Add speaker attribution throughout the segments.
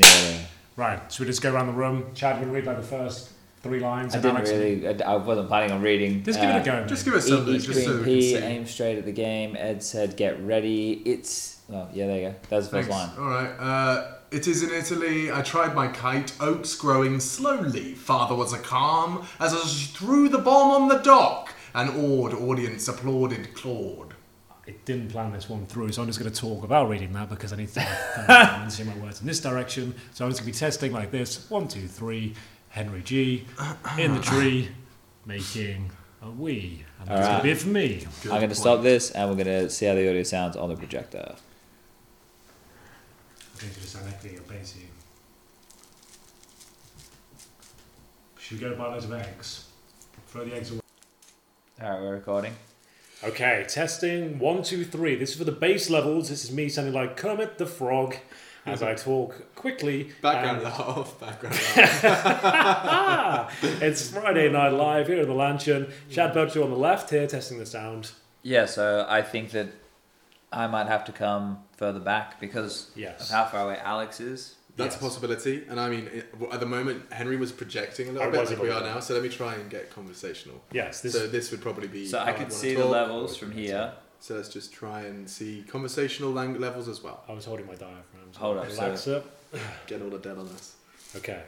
Speaker 1: Yeah.
Speaker 2: Right, should we just go around the room? Chad, you want to read like the first three lines?
Speaker 3: I
Speaker 2: and
Speaker 3: didn't
Speaker 2: Alex-
Speaker 3: really. I, I wasn't planning on reading.
Speaker 2: Just give it
Speaker 3: Uh,
Speaker 2: a go.
Speaker 4: Just
Speaker 2: Just
Speaker 4: give us
Speaker 3: Eat,
Speaker 4: something,
Speaker 3: eat
Speaker 4: just so
Speaker 3: green
Speaker 4: we
Speaker 3: pea,
Speaker 4: can see.
Speaker 3: aim straight at the game. Ed said, "Get ready." It's well, yeah, there you go. That's the first
Speaker 4: Thanks.
Speaker 3: line.
Speaker 4: All right. Uh, it is in Italy. I tried my kite, oaks growing slowly. Father was a calm as I threw the bomb on the dock. An awed audience applauded Claude.
Speaker 2: I didn't plan this one through, so I'm just going to talk about reading that because I need to kind of see my words in this direction. So I'm just going to be testing like this: one, two, three. Henry G. in the tree, making a wee. And that's going to be it for me.
Speaker 4: Good
Speaker 3: I'm going to
Speaker 4: point.
Speaker 3: stop this, and we're going to see how the audio sounds on the projector.
Speaker 2: I think it's unlikely it'll pay you. Should we go buy loads of eggs? Throw the eggs away.
Speaker 3: All right, we're recording.
Speaker 2: Okay, testing one, two, three. This is for the bass levels. This is me sounding like Kermit the Frog as I talk quickly.
Speaker 3: Um,
Speaker 4: Background
Speaker 2: and-
Speaker 4: laugh. Background laugh.
Speaker 2: Ah, it's Friday Night Live here in the Lantern. Chad Birchall on the left here testing the sound.
Speaker 3: Yeah, so I think that I might have to come further back because
Speaker 2: Yes.
Speaker 3: of how far away Alex is.
Speaker 4: That's
Speaker 2: Yes.
Speaker 4: a possibility, and I mean, it- at the moment, Henry was projecting a
Speaker 2: I
Speaker 4: little bit
Speaker 2: was a
Speaker 4: like we
Speaker 2: little
Speaker 4: are
Speaker 2: bit.
Speaker 4: now. So let me try and get conversational.
Speaker 2: Yes, this
Speaker 4: so this would probably be.
Speaker 3: So
Speaker 4: how
Speaker 3: I
Speaker 4: I'd
Speaker 3: could
Speaker 4: wanna
Speaker 3: see the
Speaker 4: talk.
Speaker 3: levels from here.
Speaker 4: So let's just try and see conversational lang- levels as well.
Speaker 2: I was holding my diaphragm. so
Speaker 3: Hold up,
Speaker 2: relax up.
Speaker 4: Get all the dead on us.
Speaker 2: Okay,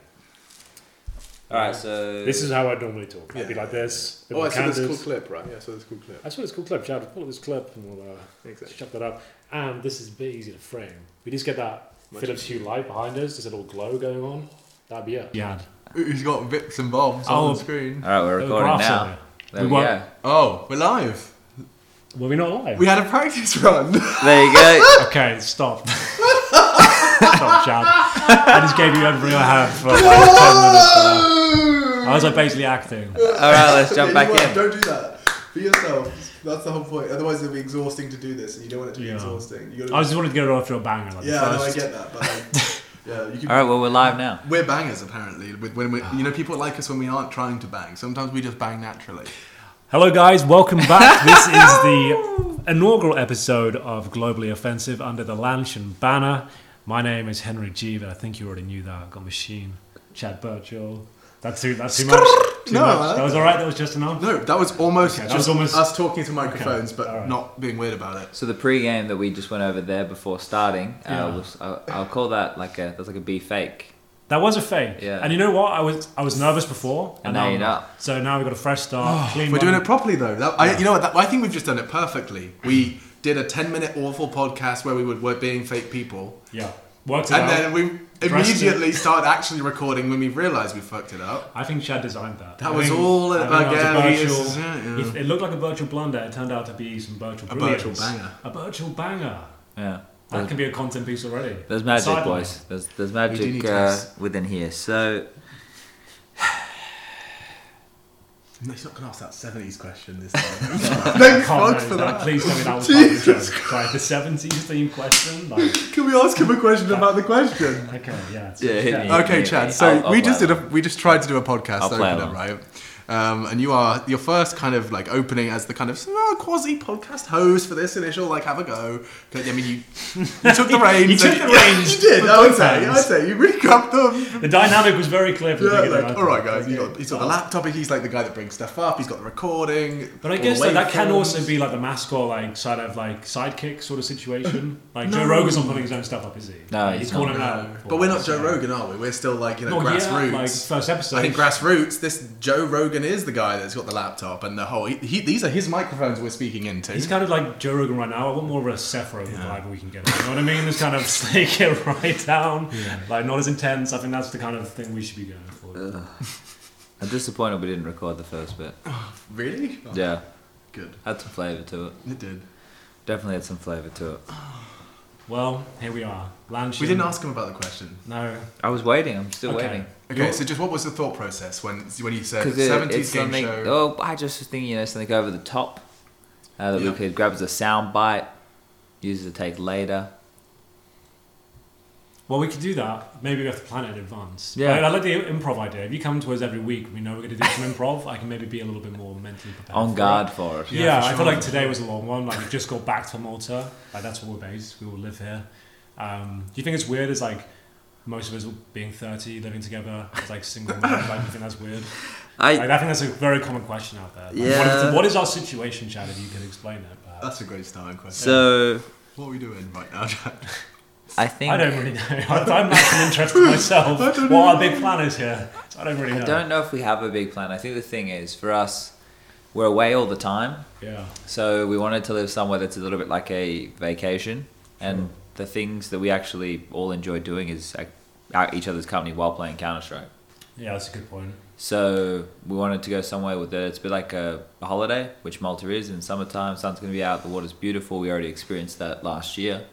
Speaker 3: All right, so
Speaker 2: this is how I normally talk. I'd be
Speaker 4: Yeah.
Speaker 2: like this. with
Speaker 4: Oh,
Speaker 2: my
Speaker 4: I saw this cool
Speaker 2: candles.
Speaker 4: clip, right? Yeah, I saw this cool clip.
Speaker 2: I saw this cool clip, Chad. Pull up this clip and we'll uh,
Speaker 4: Exactly.
Speaker 2: Shut that up. And this is a bit easy to frame. We just get that
Speaker 4: Much
Speaker 2: Philips Hue light behind us. There's a little glow going on. That'd be it. Yeah.
Speaker 4: Who's got bits and bobs
Speaker 2: Oh.
Speaker 4: on the screen?
Speaker 3: all right, we're recording now. There we,
Speaker 2: We
Speaker 3: go.
Speaker 2: won't-
Speaker 4: Oh, we're live.
Speaker 2: Well, we're not live.
Speaker 4: We had a practice run.
Speaker 3: There you go.
Speaker 2: okay, stop. stop, Chad. I just gave you everything I had for like 10 minutes. there. I was like basically acting.
Speaker 3: All right, let's jump
Speaker 4: You
Speaker 3: back
Speaker 4: won't.
Speaker 3: in.
Speaker 4: Don't do that. Be yourself. That's the whole point. Otherwise, it'll be exhausting to do this, and you don't want it to be
Speaker 2: Yeah.
Speaker 4: exhausting. You
Speaker 2: I
Speaker 4: gotta,
Speaker 2: just wanted to get it off to a banger. Like the
Speaker 4: yeah, no, I
Speaker 2: first.
Speaker 4: get that, but like, yeah, you can.
Speaker 3: All right, well we're live now.
Speaker 4: We're bangers, apparently. With when we, you know, people like us when we aren't trying to bang. Sometimes we just bang naturally.
Speaker 2: Hello, guys. Welcome back. this is the inaugural episode of Globally Offensive under the Lanshan banner. My name is Henry G, but I think you already knew that. I've got Machine, Chad Birchall. That's too, that's too much. Too
Speaker 4: No,
Speaker 2: much.
Speaker 4: I-
Speaker 2: That was all right. That was just enough.
Speaker 4: No, that was almost
Speaker 2: Okay, that
Speaker 4: just
Speaker 2: was almost-
Speaker 4: us talking to microphones, but
Speaker 2: alright.
Speaker 4: not being weird about it.
Speaker 3: So the pre-game that we just went over there before starting,
Speaker 2: Yeah.
Speaker 3: uh, was, I'll, I'll call that like a that's like a B fake.
Speaker 2: That was a fake.
Speaker 3: Yeah.
Speaker 2: And you know what? I was I was nervous before.
Speaker 3: And now
Speaker 2: I'm
Speaker 3: you're
Speaker 2: So now we've got a fresh start. clean
Speaker 4: Oh, We're doing
Speaker 2: one.
Speaker 4: it properly though. That, I, you know what? That, I think we've just done it perfectly. We did a ten-minute awful podcast where we were, were being fake people,
Speaker 2: Yeah. Worked it
Speaker 4: and
Speaker 2: out.
Speaker 4: then we
Speaker 2: Dressed it.
Speaker 4: immediately started actually recording when we realised we fucked it up.
Speaker 2: I think Chad designed that.
Speaker 4: That
Speaker 2: I
Speaker 4: was
Speaker 2: think-
Speaker 4: all
Speaker 2: I think that was a
Speaker 4: again, he
Speaker 2: virtual-
Speaker 4: is- yeah, yeah.
Speaker 2: It, it looked like a virtual blunder. It turned out to be some virtual
Speaker 4: A virtual
Speaker 2: brilliance.
Speaker 4: banger.
Speaker 2: A virtual banger.
Speaker 3: Yeah.
Speaker 2: That can be a content piece already.
Speaker 3: There's magic,
Speaker 2: Sideline.
Speaker 3: boys. There's there's
Speaker 4: We do
Speaker 3: magic
Speaker 4: need
Speaker 3: uh,
Speaker 4: this.
Speaker 3: within here. So
Speaker 4: No, he's not going to ask that seventies question this time.
Speaker 2: Can't
Speaker 4: Thank fuck
Speaker 2: know
Speaker 4: for
Speaker 2: that.
Speaker 4: that.
Speaker 2: Please tell me that was part
Speaker 4: Jesus
Speaker 2: of the joke. Like the seventies theme question. Like,
Speaker 4: Can we ask him a question about the question?
Speaker 2: okay, yeah. it's-
Speaker 3: Yeah, hit me.
Speaker 4: Okay,
Speaker 3: Yeah,
Speaker 4: Chad.
Speaker 3: yeah.
Speaker 4: So
Speaker 3: I'll- I'll
Speaker 4: we just
Speaker 3: play
Speaker 4: did a we just tried to do a podcast
Speaker 3: I'll play
Speaker 4: opener,
Speaker 3: along.
Speaker 4: right? Um, and you are your first kind of like opening as the kind of quasi podcast host for this initial like have a go. 'Cause, I mean, you, you took the reins.
Speaker 2: You took
Speaker 4: and-
Speaker 2: the reins
Speaker 4: you did.
Speaker 2: with
Speaker 4: I would
Speaker 2: both
Speaker 4: say. I
Speaker 2: hands.
Speaker 4: would say you really grabbed them.
Speaker 2: The dynamic was very clear from the
Speaker 4: Yeah,
Speaker 2: beginning. I
Speaker 4: like,
Speaker 2: thought.
Speaker 4: all right, guys. You got,
Speaker 2: Okay.
Speaker 4: he's got the laptop. He's like the guy that brings stuff up. He's got the recording.
Speaker 2: But I
Speaker 4: all
Speaker 2: guess
Speaker 4: the
Speaker 2: like, that can
Speaker 4: waveforms.
Speaker 2: also be like the mascot, like side of like sidekick sort of situation. Like Joe
Speaker 4: No.
Speaker 2: Rogan's not putting his own stuff up, is he?
Speaker 3: No,
Speaker 2: Like,
Speaker 3: he's
Speaker 2: calling
Speaker 3: not.
Speaker 2: it
Speaker 4: No,
Speaker 2: out.
Speaker 4: but we're not
Speaker 2: So-
Speaker 4: Joe Rogan, are we? We're still like you know
Speaker 2: Not yet,
Speaker 4: grassroots.
Speaker 2: like, first episode.
Speaker 4: I think grassroots. This Joe Rogan is the guy that's got the laptop and the whole. He, he, these are his microphones we're speaking into.
Speaker 2: He's kind of like Joe Rogan right now. I want more of a Seth Rogan vibe we can get. You know what I mean? This kind of take it right down, like not as intense. I think that's the kind of thing we should be going for.
Speaker 3: I'm disappointed we didn't record the first bit.
Speaker 4: really? Oh,
Speaker 3: Yeah,
Speaker 4: Good.
Speaker 3: had some flavour to it.
Speaker 4: It did.
Speaker 3: Definitely had some flavour to it.
Speaker 2: Well, here we are. Lanshin.
Speaker 4: We didn't ask him about the question.
Speaker 2: No.
Speaker 3: I was waiting. I'm still
Speaker 2: Okay.
Speaker 3: waiting.
Speaker 4: Okay, so just what was the thought process when when you said
Speaker 3: Because it, it's
Speaker 4: seventies game
Speaker 3: something.
Speaker 4: show?
Speaker 3: Oh, I just was thinking, you know, something over the top uh, that
Speaker 4: Yeah.
Speaker 3: we could grab as a sound bite, use as a take later.
Speaker 2: Well, we could do that. Maybe we have to plan it in advance.
Speaker 3: Yeah.
Speaker 2: I, I like the improv idea. If you come to us every week, we know we're going to do some improv. I can maybe be a little bit more mentally prepared.
Speaker 3: On
Speaker 2: for
Speaker 3: guard
Speaker 2: it.
Speaker 3: for it.
Speaker 2: Yeah,
Speaker 4: Yeah, for
Speaker 2: I
Speaker 4: sure.
Speaker 2: feel like today was a long one. Like we just got back to Malta. Like that's where we're based. We all live here. Um, do you think it's weird? Is like most of us being 30, living together as like single men. like, you think that's weird?
Speaker 1: I
Speaker 2: Like, I think that's a very common question out there. Like, what
Speaker 1: Yeah.
Speaker 2: is- what is our situation, Chad? If you could explain it.
Speaker 3: oh.
Speaker 2: Perhaps.
Speaker 4: That's a great starting question.
Speaker 1: so
Speaker 4: what are we doing right now, Jack?
Speaker 1: I think
Speaker 2: I don't really know. I'm not an interest in myself. What our big plan is here. I don't really know.
Speaker 3: I don't know if we have a big plan. I think the thing is, for us, we're away all the time.
Speaker 2: Yeah.
Speaker 3: So we wanted to live somewhere that's a little bit like a vacation, and the things that we actually all enjoy doing is like, out each other's company while playing Counter Strike.
Speaker 2: Yeah, that's a good point.
Speaker 3: So we wanted to go somewhere with it. It's a bit like a, a holiday, which Malta is in summertime. Sun's going to be out. The water's beautiful. We already experienced that last year.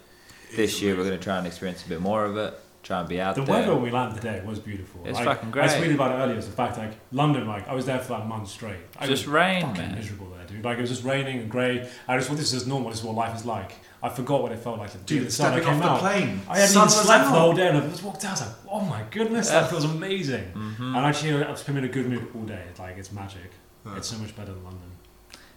Speaker 3: This year we're going to try and experience a bit more of it. Try and be out
Speaker 2: The
Speaker 3: there.
Speaker 2: weather when we landed today was beautiful.
Speaker 3: It's
Speaker 2: like,
Speaker 3: fucking
Speaker 2: I
Speaker 3: great.
Speaker 2: tweeted about it earlier. It's the fact like London, like I was there for like months straight. I
Speaker 3: Just
Speaker 2: was
Speaker 3: rain,
Speaker 2: fucking
Speaker 3: man.
Speaker 2: miserable there, dude. Like it was just raining and grey. I just thought this is normal. This is what life is like. I forgot what it felt like to be
Speaker 4: Dude,
Speaker 2: the sun. I
Speaker 4: stepping
Speaker 2: came
Speaker 4: off the
Speaker 2: out.
Speaker 4: plane.
Speaker 2: I hadn't even
Speaker 4: Sun was
Speaker 2: slept the
Speaker 4: out.
Speaker 2: whole day, and I just walked out. I was like, "Oh my goodness, that feels amazing!"
Speaker 3: Mm-hmm.
Speaker 2: And actually, I was been in a good mood all day. It's Like it's magic. It's so much better than London.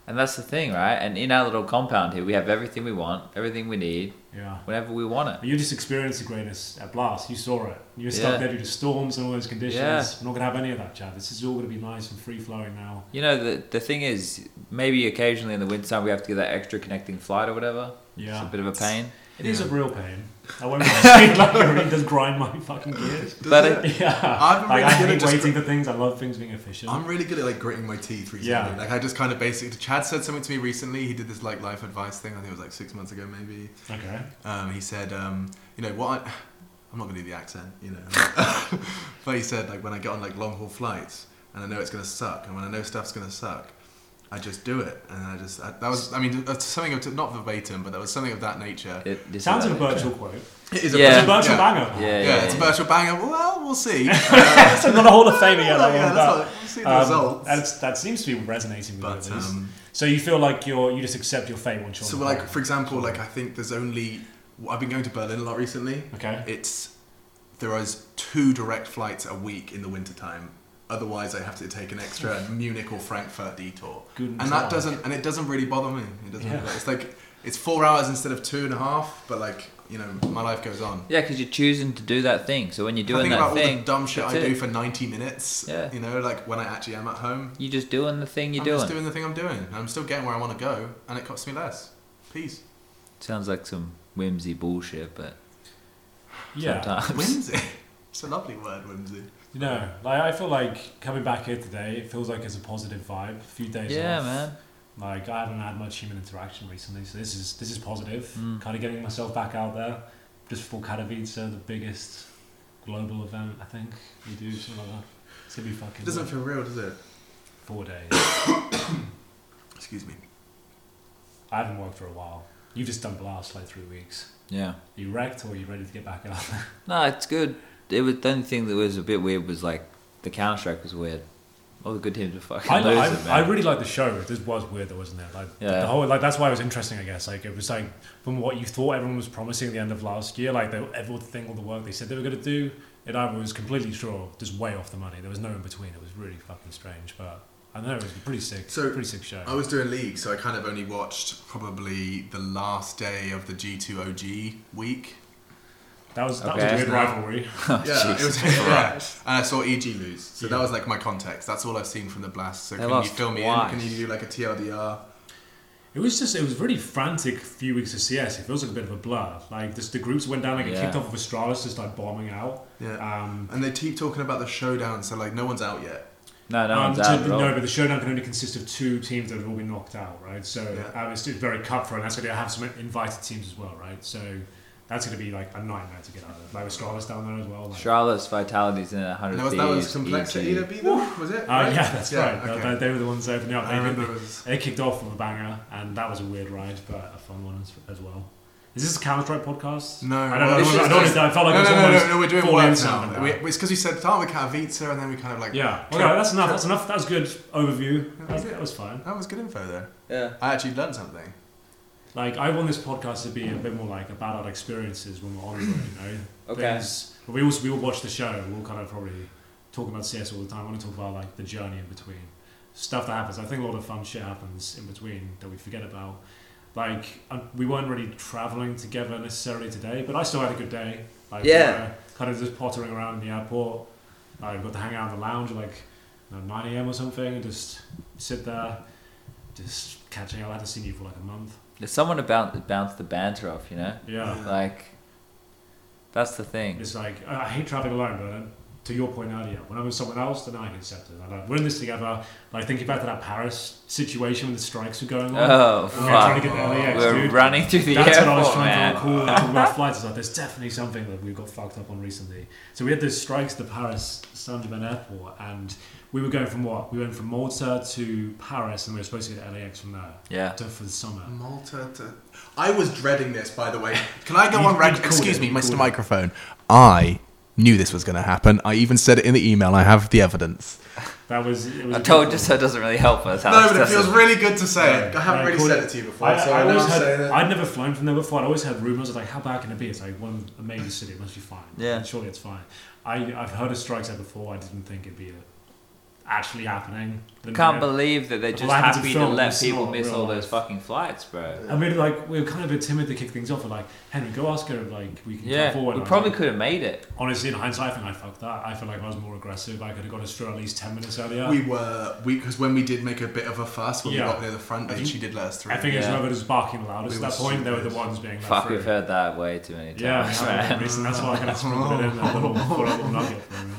Speaker 3: And that's the thing, right? And in our little compound here, we have everything we want, everything we need,
Speaker 2: Yeah.
Speaker 3: whenever we want it.
Speaker 2: But You just experienced the greatness at blast. You saw it. You were stuck
Speaker 3: Yeah.
Speaker 2: there due to storms and all those conditions.
Speaker 3: Yeah.
Speaker 2: I'm not gonna have any of that, Chad. This is all gonna be nice and free flowing now.
Speaker 3: You know, the, the thing is, maybe occasionally in the wintertime we have to get that extra connecting flight or whatever. It's a
Speaker 2: Yeah,
Speaker 3: bit of a pain.
Speaker 2: it is a real pain. I won't lie. like it really does grind my fucking gears.
Speaker 3: But
Speaker 4: it-
Speaker 2: Yeah,
Speaker 4: I'm
Speaker 2: like, I
Speaker 4: really good
Speaker 2: hate
Speaker 4: at just-
Speaker 2: waiting for things. I love things being efficient.
Speaker 4: I'm really good at like gritting my teeth recently.
Speaker 2: Yeah.
Speaker 4: Like I just kind of basically. Chad said something to me recently. He did this like life advice thing. I think it was like six months ago, maybe.
Speaker 2: okay,
Speaker 4: Um, he said, um, you know what? I, I'm not gonna do the accent, you know. but he said like when I get on like long haul flights and I know it's gonna suck and when I know stuff's gonna suck, I just do it. And I just I, that was I mean that's something of not verbatim, but that was something of that nature.
Speaker 3: It, this is
Speaker 2: sounds like a
Speaker 3: that nature.
Speaker 2: virtual quote.
Speaker 4: It is
Speaker 3: Yeah.
Speaker 2: It's a virtual
Speaker 4: yeah.
Speaker 2: banger.
Speaker 3: Yeah,
Speaker 4: Yeah,
Speaker 3: yeah,
Speaker 4: it's a
Speaker 3: yeah.
Speaker 4: virtual banger. Well, we'll see. Uh,
Speaker 2: That's not a hall of fame
Speaker 4: yeah,
Speaker 2: yet. I
Speaker 4: that's
Speaker 2: want that.
Speaker 4: not, we'll see the
Speaker 2: Um,
Speaker 4: results.
Speaker 2: that's- that seems to be resonating with
Speaker 4: But,
Speaker 2: others.
Speaker 4: um,
Speaker 2: so you feel like you're you just accept your fate once you're
Speaker 4: So,
Speaker 2: on the
Speaker 4: like
Speaker 2: plane.
Speaker 4: for example, like I think there's only I've been going to Berlin a lot recently.
Speaker 2: okay,
Speaker 4: It's there is two direct flights a week in the wintertime. Otherwise, I have to take an extra Munich or Frankfurt detour,
Speaker 2: Good
Speaker 4: and that
Speaker 2: God.
Speaker 4: doesn't and it doesn't really bother me. It doesn't.
Speaker 2: Yeah.
Speaker 4: It's like it's four hours instead of two and a half. But like you know, my life goes on.
Speaker 3: Yeah, because you're choosing to do that thing. So when you're
Speaker 4: I
Speaker 3: doing
Speaker 4: think
Speaker 3: that
Speaker 4: about all
Speaker 3: thing,
Speaker 4: the dumb shit
Speaker 3: that's
Speaker 4: I
Speaker 3: it.
Speaker 4: do for ninety minutes.
Speaker 3: Yeah.
Speaker 4: You know, like when I actually am at home,
Speaker 3: you're just doing the thing you're
Speaker 4: I'm
Speaker 3: doing.
Speaker 4: just doing the thing I'm doing, and I'm still getting where I want to go, and it costs me less. Peace.
Speaker 3: Sounds like some whimsy bullshit, but
Speaker 2: yeah.
Speaker 3: sometimes.
Speaker 4: Whimsy. it's a lovely word, whimsy.
Speaker 2: You know, like I feel like coming back here today, it feels like it's a positive vibe. A few days
Speaker 3: yeah,
Speaker 2: off.
Speaker 3: man.
Speaker 2: Like I haven't had much human interaction recently, so this is this is positive.
Speaker 3: Mm.
Speaker 2: Kind of getting myself back out there, just for Katowice, the biggest global event I think we do something like that. It's gonna be fucking
Speaker 4: It doesn't feel real, does it?
Speaker 2: four days.
Speaker 4: Excuse me.
Speaker 2: I haven't worked for a while. You've just done blast like three weeks.
Speaker 3: Yeah.
Speaker 2: Are you wrecked or are you ready to get back out?
Speaker 3: No, it's good. It was the only thing that was a bit weird was like the Counter Strike was weird. All the good teams were fucking
Speaker 2: I,
Speaker 3: losing,
Speaker 2: I,
Speaker 3: man.
Speaker 2: I really like the show. This was weird, though, wasn't it? Like
Speaker 3: Yeah.
Speaker 2: the whole like that's why it was interesting. I guess like it was like from what you thought everyone was promising at the end of last year, like they, everyone thing all the work they said they were going to do, it either was completely sure, just way off the money. There was no in between. It was really fucking strange, but I know it was a pretty sick,
Speaker 4: So,
Speaker 2: pretty sick show.
Speaker 4: I was doing league, so I kind of only watched probably the last day of the G2OG week.
Speaker 2: that was that was
Speaker 3: Okay.
Speaker 2: a weird rivalry.
Speaker 4: yeah, it was,
Speaker 3: Oh, Jesus
Speaker 4: yeah. and I saw EG lose, so that
Speaker 2: Yeah.
Speaker 4: was like my context. That's all I've seen from the blast. So
Speaker 3: They
Speaker 4: can you
Speaker 3: lost
Speaker 4: fill me
Speaker 3: twice.
Speaker 4: in? Can you do like a TLDR?
Speaker 2: It was just, it was really frantic few weeks of CS. It feels like a bit of a blur. Like, just the groups went down, like, it
Speaker 3: Yeah.
Speaker 2: kicked off with Astralis just like bombing out.
Speaker 3: Ah.
Speaker 4: Yeah.
Speaker 2: Um,
Speaker 4: and they keep talking about the showdown, so like no one's out yet.
Speaker 3: no, no
Speaker 2: Um,
Speaker 3: one's
Speaker 2: so-
Speaker 3: out at all.
Speaker 2: no, but the showdown can only consist of two teams that have all been knocked out, right? So
Speaker 4: Yeah.
Speaker 2: um, it's it's very cutthroat, and that's going to have some invited teams as well, right? So that's going to be like a nightmare to get out of. Like Astralis down there as well. Like,
Speaker 3: Charlotte's Vitality's in a
Speaker 4: And
Speaker 3: hundred E
Speaker 4: that was, that was complexity to be there, was it?
Speaker 2: Uh, yeah, that's right. They-
Speaker 4: okay.
Speaker 2: They, they were the ones opening up.
Speaker 4: I remember it
Speaker 2: They,
Speaker 4: was.
Speaker 2: they kicked off with a banger, and that was a weird ride, but a fun one as, as well. Is this a Counter Strike podcast?
Speaker 4: No,
Speaker 2: I
Speaker 4: well,
Speaker 2: don't know. I,
Speaker 4: it's
Speaker 2: don't- I don't
Speaker 4: just-
Speaker 2: know, I felt like
Speaker 4: no,
Speaker 2: it was
Speaker 4: no, no,
Speaker 2: almost
Speaker 4: no, no, we're doing
Speaker 2: full
Speaker 4: work
Speaker 2: insult
Speaker 4: now.
Speaker 2: now.
Speaker 4: We, it's because you said start with Katowice, and then we kind of like
Speaker 2: yeah. Well,
Speaker 4: Sure.
Speaker 2: no, that's enough. That's enough. That was good overview.
Speaker 4: That
Speaker 2: That
Speaker 4: was
Speaker 2: was,
Speaker 4: it.
Speaker 2: that was fine.
Speaker 4: That was good info there.
Speaker 3: Yeah.
Speaker 4: I actually learned something.
Speaker 2: Like I want this podcast to be a bit more like about our experiences when we're on the road, you know.
Speaker 3: Okay.
Speaker 2: Things- but we also we all watch the show. We all kind of probably talk about CS all the time. I want to talk about like the journey in between, stuff that happens. I think a lot of fun shit happens in between that we forget um, about. Like I, we weren't really traveling together necessarily today, but I still had a good day. Like,
Speaker 3: Yeah.
Speaker 2: uh, kind of just pottering around in the airport. I got to hang out in the lounge at like you know, 9 a.m. or something and just sit there, just catching up. I hadn't seen you for like a month.
Speaker 3: There's someone to bounce, bounce the banter off, you know?
Speaker 2: Yeah.
Speaker 3: Like, that's the thing.
Speaker 2: It's like, I I hate traveling alone, but then, to your point earlier, when I'm with someone else, then I can accept it. I like, we're in this together. Like, thinking back to that Paris situation when the strikes were going on.
Speaker 3: Oh,
Speaker 2: we were trying
Speaker 3: fuck.
Speaker 2: to get the LAX,
Speaker 3: We're
Speaker 2: dude.
Speaker 3: running through the
Speaker 2: That's what I was
Speaker 3: airport,
Speaker 2: trying to
Speaker 3: Oh, man.
Speaker 2: recall on rough flights. It's like there's definitely something that we got fucked up on recently. So we had those strikes at the Paris Saint Germain airport, and we were going from what? We went from Malta to Paris, and we were supposed to get to LAX from there
Speaker 3: Yeah.
Speaker 2: to, for the summer.
Speaker 4: Malta to. I was dreading this, by the way. Can I go
Speaker 2: You-
Speaker 4: on record?
Speaker 2: you called
Speaker 4: Excuse
Speaker 2: it,
Speaker 4: me,
Speaker 2: you
Speaker 4: Mr.
Speaker 2: called it.
Speaker 4: Microphone. I knew this was going to happen. I even said it in the email. I have the evidence.
Speaker 2: That was. It was
Speaker 3: I
Speaker 2: a
Speaker 3: told
Speaker 2: good
Speaker 3: you
Speaker 2: call.
Speaker 3: so it doesn't really help us.
Speaker 4: no,
Speaker 3: Alex,
Speaker 4: but it
Speaker 3: does
Speaker 4: feels really good to say it. I haven't
Speaker 2: Yeah,
Speaker 4: really
Speaker 2: cool.
Speaker 4: said it to you before,
Speaker 2: I,
Speaker 4: so
Speaker 2: I
Speaker 4: I, now
Speaker 2: always
Speaker 4: I'm
Speaker 2: had,
Speaker 4: saying it.
Speaker 2: I'd never flown from there before. I always had rumors. I was like, how bad can it be? It's like one amazing city. It must be fine.
Speaker 3: Yeah.
Speaker 2: Surely it's fine. I, I've heard of strikes there before. I didn't think it'd be uh actually happening. Didn't
Speaker 3: Can't
Speaker 2: know.
Speaker 3: believe that they're just
Speaker 2: Well, I had to
Speaker 3: happy to
Speaker 2: film
Speaker 3: let
Speaker 2: this
Speaker 3: people
Speaker 2: not
Speaker 3: miss
Speaker 2: real
Speaker 3: all
Speaker 2: life.
Speaker 3: those fucking flights, bro.
Speaker 2: I mean, like we were kind of a bit timid to kick things off. We're like, Henry, go ask her if like we can
Speaker 3: Yeah,
Speaker 2: come forward.
Speaker 3: we
Speaker 2: And I was
Speaker 3: probably
Speaker 2: like,
Speaker 3: could have made it.
Speaker 2: honestly, in hindsight, I think I fucked that. I feel like I was more aggressive. I could have got us through at least ten minutes earlier.
Speaker 4: We were we because when we did make a bit of a fuss when
Speaker 2: Yeah.
Speaker 4: we got near the front,
Speaker 2: I
Speaker 4: then
Speaker 2: think-
Speaker 4: she did let us through.
Speaker 2: I think it was
Speaker 3: Yeah.
Speaker 2: whoever was barking loudest
Speaker 4: We
Speaker 2: at that
Speaker 4: were
Speaker 2: point. They were the
Speaker 4: stupid.
Speaker 2: ones being let
Speaker 3: Fuck,
Speaker 2: through.
Speaker 3: we've heard that way too many
Speaker 2: Yeah,
Speaker 3: times.
Speaker 2: that was the
Speaker 3: man.
Speaker 2: reason. That's why I kind of sprinkled it in that little follow-up nugget for everyone.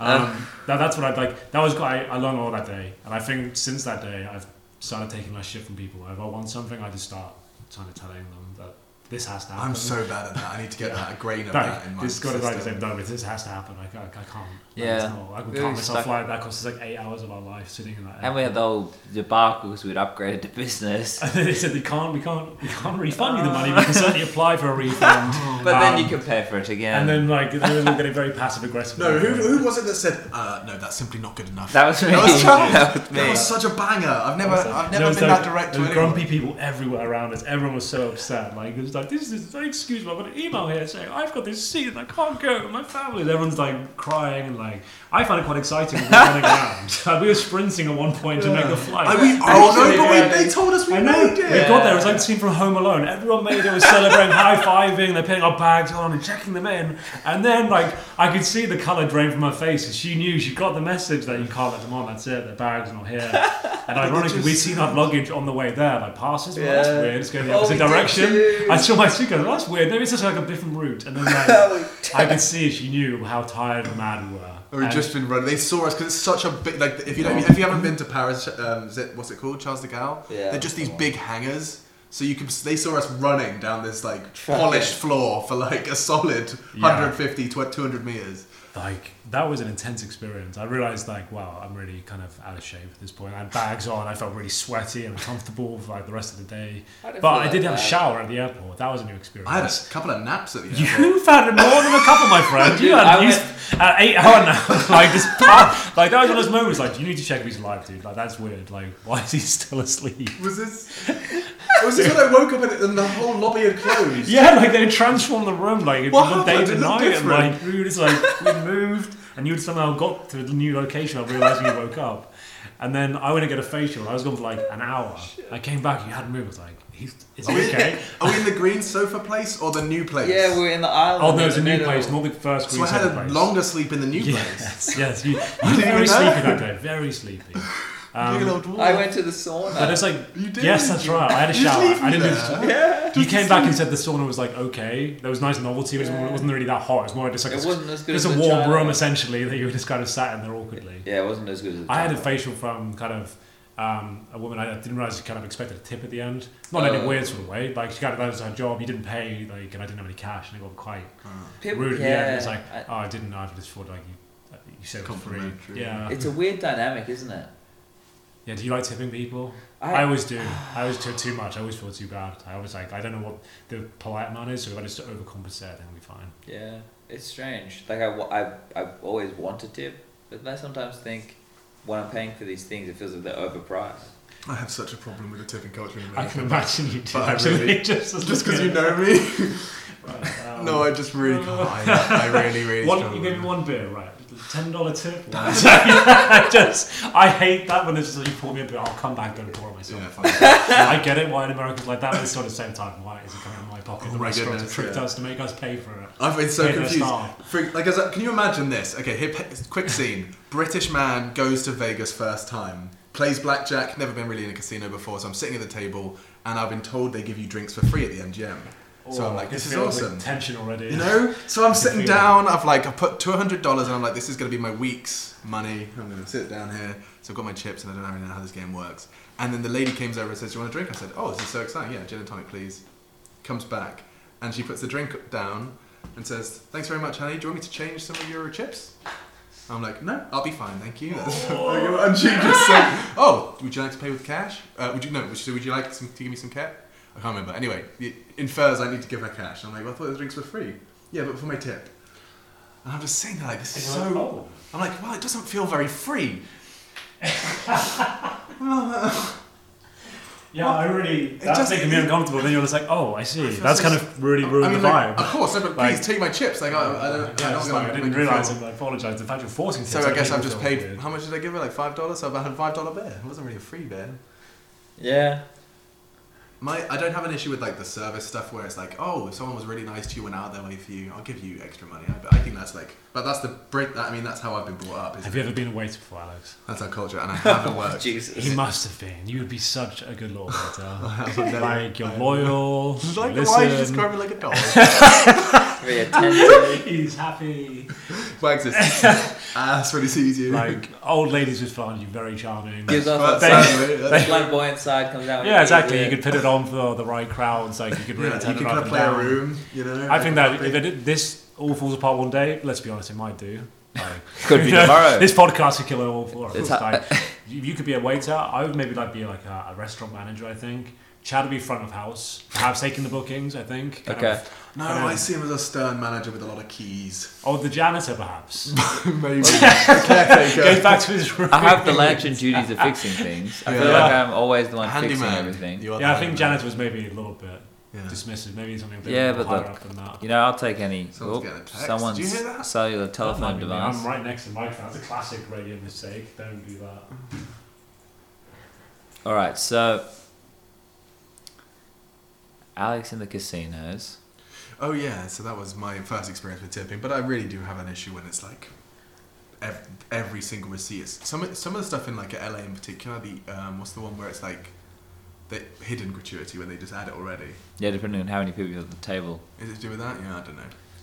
Speaker 2: Um, that, that's what I'd like. That was I, I learned all that day, and I think since that day, I've started taking less shit from people. If I want something, I just start trying to telling them that this has to happen.
Speaker 4: I'm so bad at that. I need to get
Speaker 2: Yeah.
Speaker 4: that a grain of
Speaker 2: No,
Speaker 4: that in my
Speaker 2: this got to like
Speaker 4: system.
Speaker 2: say no, but this has to happen. Like, I, I can't. like,
Speaker 3: Yeah.
Speaker 2: it's not- Like, we
Speaker 3: Really
Speaker 2: can't miss our
Speaker 3: stuck.
Speaker 2: flight. That costs us like eight hours of our life sitting in that.
Speaker 3: And we had the whole debacle because we'd upgraded to business.
Speaker 2: And then they said they can't, we can't, we can't refund you the money. We can certainly apply for a refund.
Speaker 3: But then you
Speaker 2: Um,
Speaker 3: can pay for it again.
Speaker 2: And then like they were getting very passive aggressive.
Speaker 4: No, who, who was it that said? Uh, no, that's simply not good enough.
Speaker 3: that was me.
Speaker 4: That was Charles.
Speaker 3: That was
Speaker 4: That
Speaker 3: me.
Speaker 4: was such a banger. I've never,
Speaker 2: Awesome.
Speaker 4: I've
Speaker 2: There
Speaker 4: never
Speaker 2: was,
Speaker 4: been
Speaker 2: like,
Speaker 4: that direct
Speaker 2: there
Speaker 4: to
Speaker 2: was
Speaker 4: anyone.
Speaker 2: grumpy people everywhere around us. Everyone was so upset. Like it was like this is excuse me, I've got an email here saying I've got this seat and I can't go. My family. And everyone's like crying and like I found it quite exciting. when we were running around. Like, we were sprinting at one point to make the flight.
Speaker 4: I, we, oh no,
Speaker 3: Actually,
Speaker 4: but we,
Speaker 3: yeah.
Speaker 4: they told us we
Speaker 2: I know.
Speaker 4: made
Speaker 2: We
Speaker 4: it.
Speaker 2: got there. It was like the scene from Home Alone. Everyone made it. Was celebrating, high fiving. They're putting our bags on and checking them in. And then, like, I could see the color drain from her face. And she knew she got the message that you can't let them on. That's it. Their bags are not here. And ironically, we'd seen our luggage on the way there. Like, passes. Well, that's
Speaker 3: Yeah.
Speaker 2: weird. It's going the
Speaker 3: Oh,
Speaker 2: opposite
Speaker 3: we did
Speaker 2: direction.
Speaker 3: too.
Speaker 2: I saw my suitcase. Well, that's weird. Maybe it's just like a different route. And then, like, I could see she knew how tired and mad we were.
Speaker 4: Or we've
Speaker 2: And-
Speaker 4: just been running. They saw us because it's such a big like. If you don't, if you haven't been to Paris, um, is it, what's it called, Charles de Gaulle?
Speaker 3: Yeah.
Speaker 4: They're just these big hangars. So you could. They saw us running down this like
Speaker 3: Traffic.
Speaker 4: polished floor for like a solid
Speaker 2: Yeah.
Speaker 4: 150, 200 meters.
Speaker 2: like that was an intense experience. I realized like, wow, I'm really kind of out of shape at this point. I had bags on. I felt really sweaty and uncomfortable for like the rest of the day. But I did have a shower at the airport. That was a new experience.
Speaker 4: I had a couple of naps at the airport.
Speaker 2: you had more than a couple, my friend. You
Speaker 3: Dude,
Speaker 2: had
Speaker 3: I
Speaker 2: you
Speaker 3: went-
Speaker 2: sp- an eight hour now. like this, part- like that was one of those moments. Like you need to check if he's alive, dude. Like that's weird. Like why is he still asleep?
Speaker 4: Was this? was this when I woke up and, and the whole lobby had closed?
Speaker 2: Yeah, like they transformed the room, like
Speaker 4: What
Speaker 2: from day
Speaker 4: happened?
Speaker 2: to
Speaker 4: It looked
Speaker 2: night, and
Speaker 4: different.
Speaker 2: like we were just like we moved, and you'd somehow got to the new location. I realised when you woke up, and then I went to get a facial. and I was gone for like an hour. I came back, you hadn't moved. I was like, He's, is he okay?
Speaker 4: Are we in the green sofa place or the new place?
Speaker 3: Yeah, we were in the island.
Speaker 2: oh no, it's a
Speaker 3: in the
Speaker 2: new
Speaker 3: middle.
Speaker 2: place, not the first.
Speaker 4: so
Speaker 2: green
Speaker 4: I had
Speaker 2: center
Speaker 4: a
Speaker 2: place.
Speaker 4: longer sleep in the new
Speaker 2: Yes,
Speaker 4: place.
Speaker 2: yes. You, you were
Speaker 4: didn't
Speaker 2: very
Speaker 4: even know.
Speaker 2: sleepy that day. Very sleepy.
Speaker 4: Big
Speaker 2: Um,
Speaker 4: old wall.
Speaker 3: I went to the
Speaker 2: but
Speaker 3: sauna.
Speaker 2: it's like,
Speaker 4: You did.
Speaker 2: yes, that's right. I had a
Speaker 4: You just
Speaker 2: shower.
Speaker 4: leave
Speaker 2: I
Speaker 4: me
Speaker 2: didn't do
Speaker 4: there.
Speaker 2: the
Speaker 3: Yeah.
Speaker 2: You came back and said the sauna was like okay. There was nice novelty, but it wasn't really that hot. It was more just like
Speaker 3: It
Speaker 2: a-
Speaker 3: wasn't as good
Speaker 2: just
Speaker 3: as
Speaker 2: a
Speaker 3: the
Speaker 2: warm
Speaker 3: China.
Speaker 2: room essentially that you were just kind of sat in there awkwardly.
Speaker 3: Yeah, it wasn't as good as. The
Speaker 2: I had a
Speaker 3: China.
Speaker 2: facial from kind of um, a woman. I didn't realize she kind of expected a tip at the end. Not in a
Speaker 3: Oh.
Speaker 2: weird sort of way. Like she kind of that was her job. You didn't pay, like, and I didn't have any cash, and it got quite
Speaker 4: Hmm.
Speaker 3: People-
Speaker 2: rude.
Speaker 3: Yeah,
Speaker 2: Yeah, the end. it's like
Speaker 3: I-
Speaker 2: oh, I didn't know. I just thought like you, you said it was free.
Speaker 4: Complimentary.
Speaker 2: Yeah,
Speaker 3: it's a weird dynamic, isn't it?
Speaker 2: yeah. Do you like tipping people? I,
Speaker 3: I,
Speaker 2: always do. I always do too much. I always feel too bad. I always like I don't know what the polite man is, so if I just overcompensate, then we be fine.
Speaker 3: yeah, it's strange. Like I, wa- I, I've always wanted to, but then I sometimes think when I'm paying for these things, it feels like they're overpriced.
Speaker 4: I have such a problem with the tipping culture in
Speaker 2: I
Speaker 4: America.
Speaker 2: can imagine you do
Speaker 4: But I
Speaker 2: actually.
Speaker 4: really-
Speaker 2: just as
Speaker 4: just because
Speaker 2: good.
Speaker 4: you know me.
Speaker 2: Right, um,
Speaker 4: no, I just really can't. I, I really, really
Speaker 2: one,
Speaker 4: struggle
Speaker 2: you
Speaker 4: with
Speaker 2: gave me
Speaker 4: it.
Speaker 2: one beer, right? Ten dollar tip. I just I hate that when it's just you pour me a beer, I'll come back and pour it myself.
Speaker 4: Yeah, fine.
Speaker 2: I get it why in America's like that, but it's not the same time. Why is it coming on my of pocket.
Speaker 4: Oh
Speaker 2: the
Speaker 4: my
Speaker 2: restaurants
Speaker 4: goodness,
Speaker 2: tricked
Speaker 4: yeah.
Speaker 2: us to make us pay for it.
Speaker 4: I've been so
Speaker 2: Yeah, that's
Speaker 4: confused.
Speaker 2: all.
Speaker 4: Freak- like, as a- can you imagine this? Okay, here, quick scene. British man goes to Vegas first time, plays blackjack. Never been really in a casino before, so I'm sitting at the table, and I've been told they give you drinks for free at the MGM. So I'm
Speaker 2: Oh,
Speaker 4: like,
Speaker 2: it
Speaker 4: this is
Speaker 2: feels like
Speaker 4: awesome.
Speaker 2: Tension already.
Speaker 4: You know? So I'm sitting
Speaker 2: feel it.
Speaker 4: down, I've like I put two hundred dollars and I'm like, this is gonna be my week's money. I'm gonna sit down here. So I've got my chips and I don't really know how this game works. And then the lady comes over and says, Do you want a drink? I said, Oh, this is so exciting, yeah, gin and tonic, please. Comes back and she puts the drink down and says, Thanks very much, honey. Do you want me to change some of your chips? I'm like, no, I'll be fine, thank you. That's-
Speaker 2: Oh.
Speaker 4: and she just said, "Oh, would you like to pay with cash? Uh, would you no? Would you, would you like some, to give me some cash? I can't remember. Anyway, it infers I need to give her cash. I'm like, well, I thought the drinks were free. Yeah, but for my tip. And I'm just sitting there like, this is
Speaker 2: It's like,
Speaker 4: so.
Speaker 2: oh.
Speaker 4: I'm like, well, it doesn't feel very free.
Speaker 2: Yeah, I really. That's
Speaker 4: just-
Speaker 2: making me uncomfortable. Then you're just like, oh, I see.
Speaker 4: feels
Speaker 2: That's kind
Speaker 4: so-
Speaker 2: of really
Speaker 4: I
Speaker 2: ruined
Speaker 4: mean,
Speaker 2: the
Speaker 4: like,
Speaker 2: vibe.
Speaker 4: of course, no, but
Speaker 2: Like-
Speaker 4: please take my chips. Like, I, I don't,
Speaker 2: Yeah,
Speaker 4: I
Speaker 2: it's
Speaker 4: don't,
Speaker 2: like, I
Speaker 4: to
Speaker 2: didn't
Speaker 4: make you
Speaker 2: realize
Speaker 4: feel-
Speaker 2: it. but I apologise. The fact you're forcing it.
Speaker 4: So
Speaker 2: it's
Speaker 4: I
Speaker 2: like
Speaker 4: guess I've
Speaker 2: making
Speaker 4: just
Speaker 2: me feel
Speaker 4: paid.
Speaker 2: weird.
Speaker 4: How much did I give her? Like five dollars. So I had a five dollar beer. It wasn't really a free beer.
Speaker 3: Yeah.
Speaker 4: My, I don't have an issue with like the service stuff where it's like, oh, if someone was really nice to you and out of their way for you, I'll give you extra money. I, I think that's like, but that's the Brit. That, I mean, that's how I've been brought up. Is
Speaker 2: Have you ever been a waiter before, Alex?
Speaker 4: That's our culture, and I haven't worked.
Speaker 3: Jesus.
Speaker 2: He must have been. You would be such a good law waiter.
Speaker 4: I've never-
Speaker 2: like you're loyal. you
Speaker 4: Like,
Speaker 2: listen.
Speaker 4: why you just describe me like a dog?
Speaker 3: Very attentive.
Speaker 2: He's happy.
Speaker 4: Wags his ass when he sees you.
Speaker 2: Like old ladies would find you very charming.
Speaker 3: Gives off
Speaker 4: But
Speaker 3: that
Speaker 4: sadly,
Speaker 3: the
Speaker 4: that's-
Speaker 3: flamboyant side comes out. when
Speaker 2: Yeah, exactly.
Speaker 3: leave,
Speaker 2: You could put it on for the right crowds. Like you could
Speaker 4: yeah,
Speaker 2: really
Speaker 4: you
Speaker 2: turn
Speaker 4: can
Speaker 2: it
Speaker 4: kind
Speaker 2: up
Speaker 4: of
Speaker 2: and
Speaker 4: play a
Speaker 2: down.
Speaker 4: room, you know.
Speaker 2: I think that if it, this all falls apart one day, let's be honest, it might do. Like,
Speaker 3: Could be tomorrow.
Speaker 2: This podcast could kill it all for us.
Speaker 3: It's ha-
Speaker 2: like, you, you could be a waiter. I would maybe like be like a, a restaurant manager. I think Chad would be front of house, perhaps taking the bookings. I think.
Speaker 3: yeah.
Speaker 2: Kind
Speaker 3: Okay.
Speaker 2: Of,
Speaker 4: no,
Speaker 2: I don't
Speaker 4: I
Speaker 2: know.
Speaker 4: see him as a stern manager with a lot of keys.
Speaker 2: or Oh, the janitor, perhaps.
Speaker 4: Maybe
Speaker 2: Goes
Speaker 4: caretaker,
Speaker 2: back to his room.
Speaker 3: I have the lantern duties of fixing things. I feel
Speaker 4: Yeah.
Speaker 3: like I'm always the one fixing
Speaker 4: handyman.
Speaker 3: everything.
Speaker 4: You are the
Speaker 2: Yeah, I think
Speaker 4: handyman.
Speaker 2: janitor was maybe a little bit
Speaker 4: Yeah.
Speaker 2: dismissive. Maybe something a bit
Speaker 3: Yeah,
Speaker 2: more
Speaker 3: but
Speaker 2: higher
Speaker 3: look,
Speaker 2: up than that.
Speaker 3: You know, I'll take any.
Speaker 4: Someone's
Speaker 3: Oh,
Speaker 4: getting a text.
Speaker 3: someone's
Speaker 4: Did you hear that?
Speaker 3: cellular
Speaker 2: That might
Speaker 3: telephone
Speaker 2: be me. I'm
Speaker 3: device.
Speaker 2: right next to the microphone. That's a classic radio mistake. Don't do that.
Speaker 3: All right, so Alex in the casinos.
Speaker 4: Oh yeah, so that was my first experience with tipping, but I really do have an issue when it's like ev- every single receipt. Is, some of- some of the stuff in like LA in particular, the um, what's the one where it's like the hidden gratuity when they just add it already.
Speaker 3: Yeah, depending on how many people are at the table,
Speaker 4: Is it to do with that? Yeah, I don't know.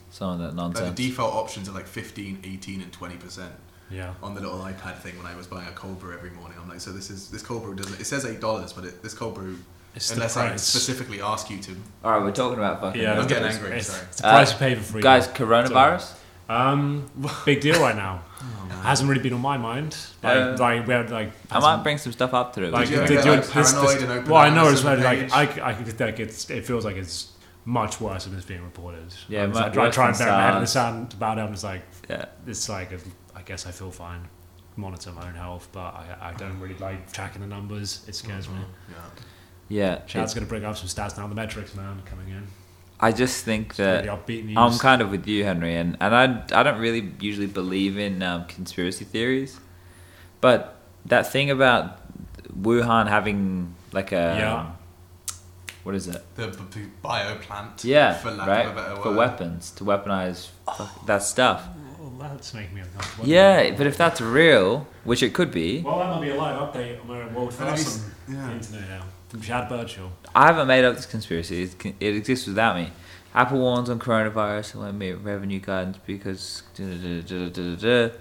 Speaker 3: some of that
Speaker 4: Like
Speaker 3: nonsense.
Speaker 4: the default options are like 15, 18, and twenty percent
Speaker 2: Yeah.
Speaker 4: on the little iPad thing. When I was buying a cold brew every morning, I'm like, so this is this cold brew doesn't. It says eight dollars, but it, this cold brew,
Speaker 2: It's the
Speaker 4: unless I
Speaker 2: price.
Speaker 4: specifically ask you to,
Speaker 3: All right, we're talking about fucking
Speaker 2: Yeah,
Speaker 4: I'm getting
Speaker 2: it's-
Speaker 4: angry,
Speaker 2: It's,
Speaker 4: sorry.
Speaker 2: it's the price
Speaker 3: Uh,
Speaker 2: you pay for free.
Speaker 3: guys. Coronavirus.
Speaker 2: um, big deal right now.
Speaker 4: Oh,
Speaker 2: Hasn't really been on my mind. Like,
Speaker 3: Uh,
Speaker 2: like we had like.
Speaker 3: I might bring some stuff up to it.
Speaker 2: like,
Speaker 4: Did you ever
Speaker 2: did
Speaker 4: get,
Speaker 2: you-
Speaker 4: like, paranoid and open
Speaker 2: well, I
Speaker 4: up
Speaker 2: know
Speaker 4: the
Speaker 2: as well.
Speaker 4: second
Speaker 2: Like, I, I think like it's, it feels like it's much worse than it's being reported.
Speaker 3: Yeah,
Speaker 2: I'm just
Speaker 3: much
Speaker 2: like, I try and
Speaker 3: worse than
Speaker 2: bury my head in the
Speaker 3: SARS.
Speaker 2: sand about it. I'm just like,
Speaker 3: yeah.
Speaker 2: it's like, um, I guess I feel fine. Monitor my own health, but I, I don't really like tracking the numbers. It scares me.
Speaker 3: Mm-hmm.
Speaker 4: yeah.
Speaker 3: Yeah,
Speaker 2: Chad's
Speaker 3: it-
Speaker 2: going to bring up some stats now. The metrics man coming in.
Speaker 3: I just think that
Speaker 2: Really upbeat news.
Speaker 3: I'm kind of with you, Henry, and, and I, I don't really usually believe in um, conspiracy theories, but that thing about Wuhan having like a um,
Speaker 2: Yeah.
Speaker 3: what is it?
Speaker 4: the, the bio plant.
Speaker 3: Yeah,
Speaker 4: for lack
Speaker 3: right
Speaker 4: of a better word.
Speaker 3: for weapons to weaponize fuck that stuff.
Speaker 2: well, that's making me uncomfortable.
Speaker 3: Yeah, but if that's real, which it could be,
Speaker 2: Well, that might be a live update on our world
Speaker 4: And have you
Speaker 2: first
Speaker 4: s-
Speaker 2: on
Speaker 4: yeah.
Speaker 2: the internet now. From Chad Birchall.
Speaker 3: I haven't made up this conspiracy. It, can- it exists without me. Apple warns on coronavirus and won't meet revenue guidance because. da- da- da- da- da- da- da.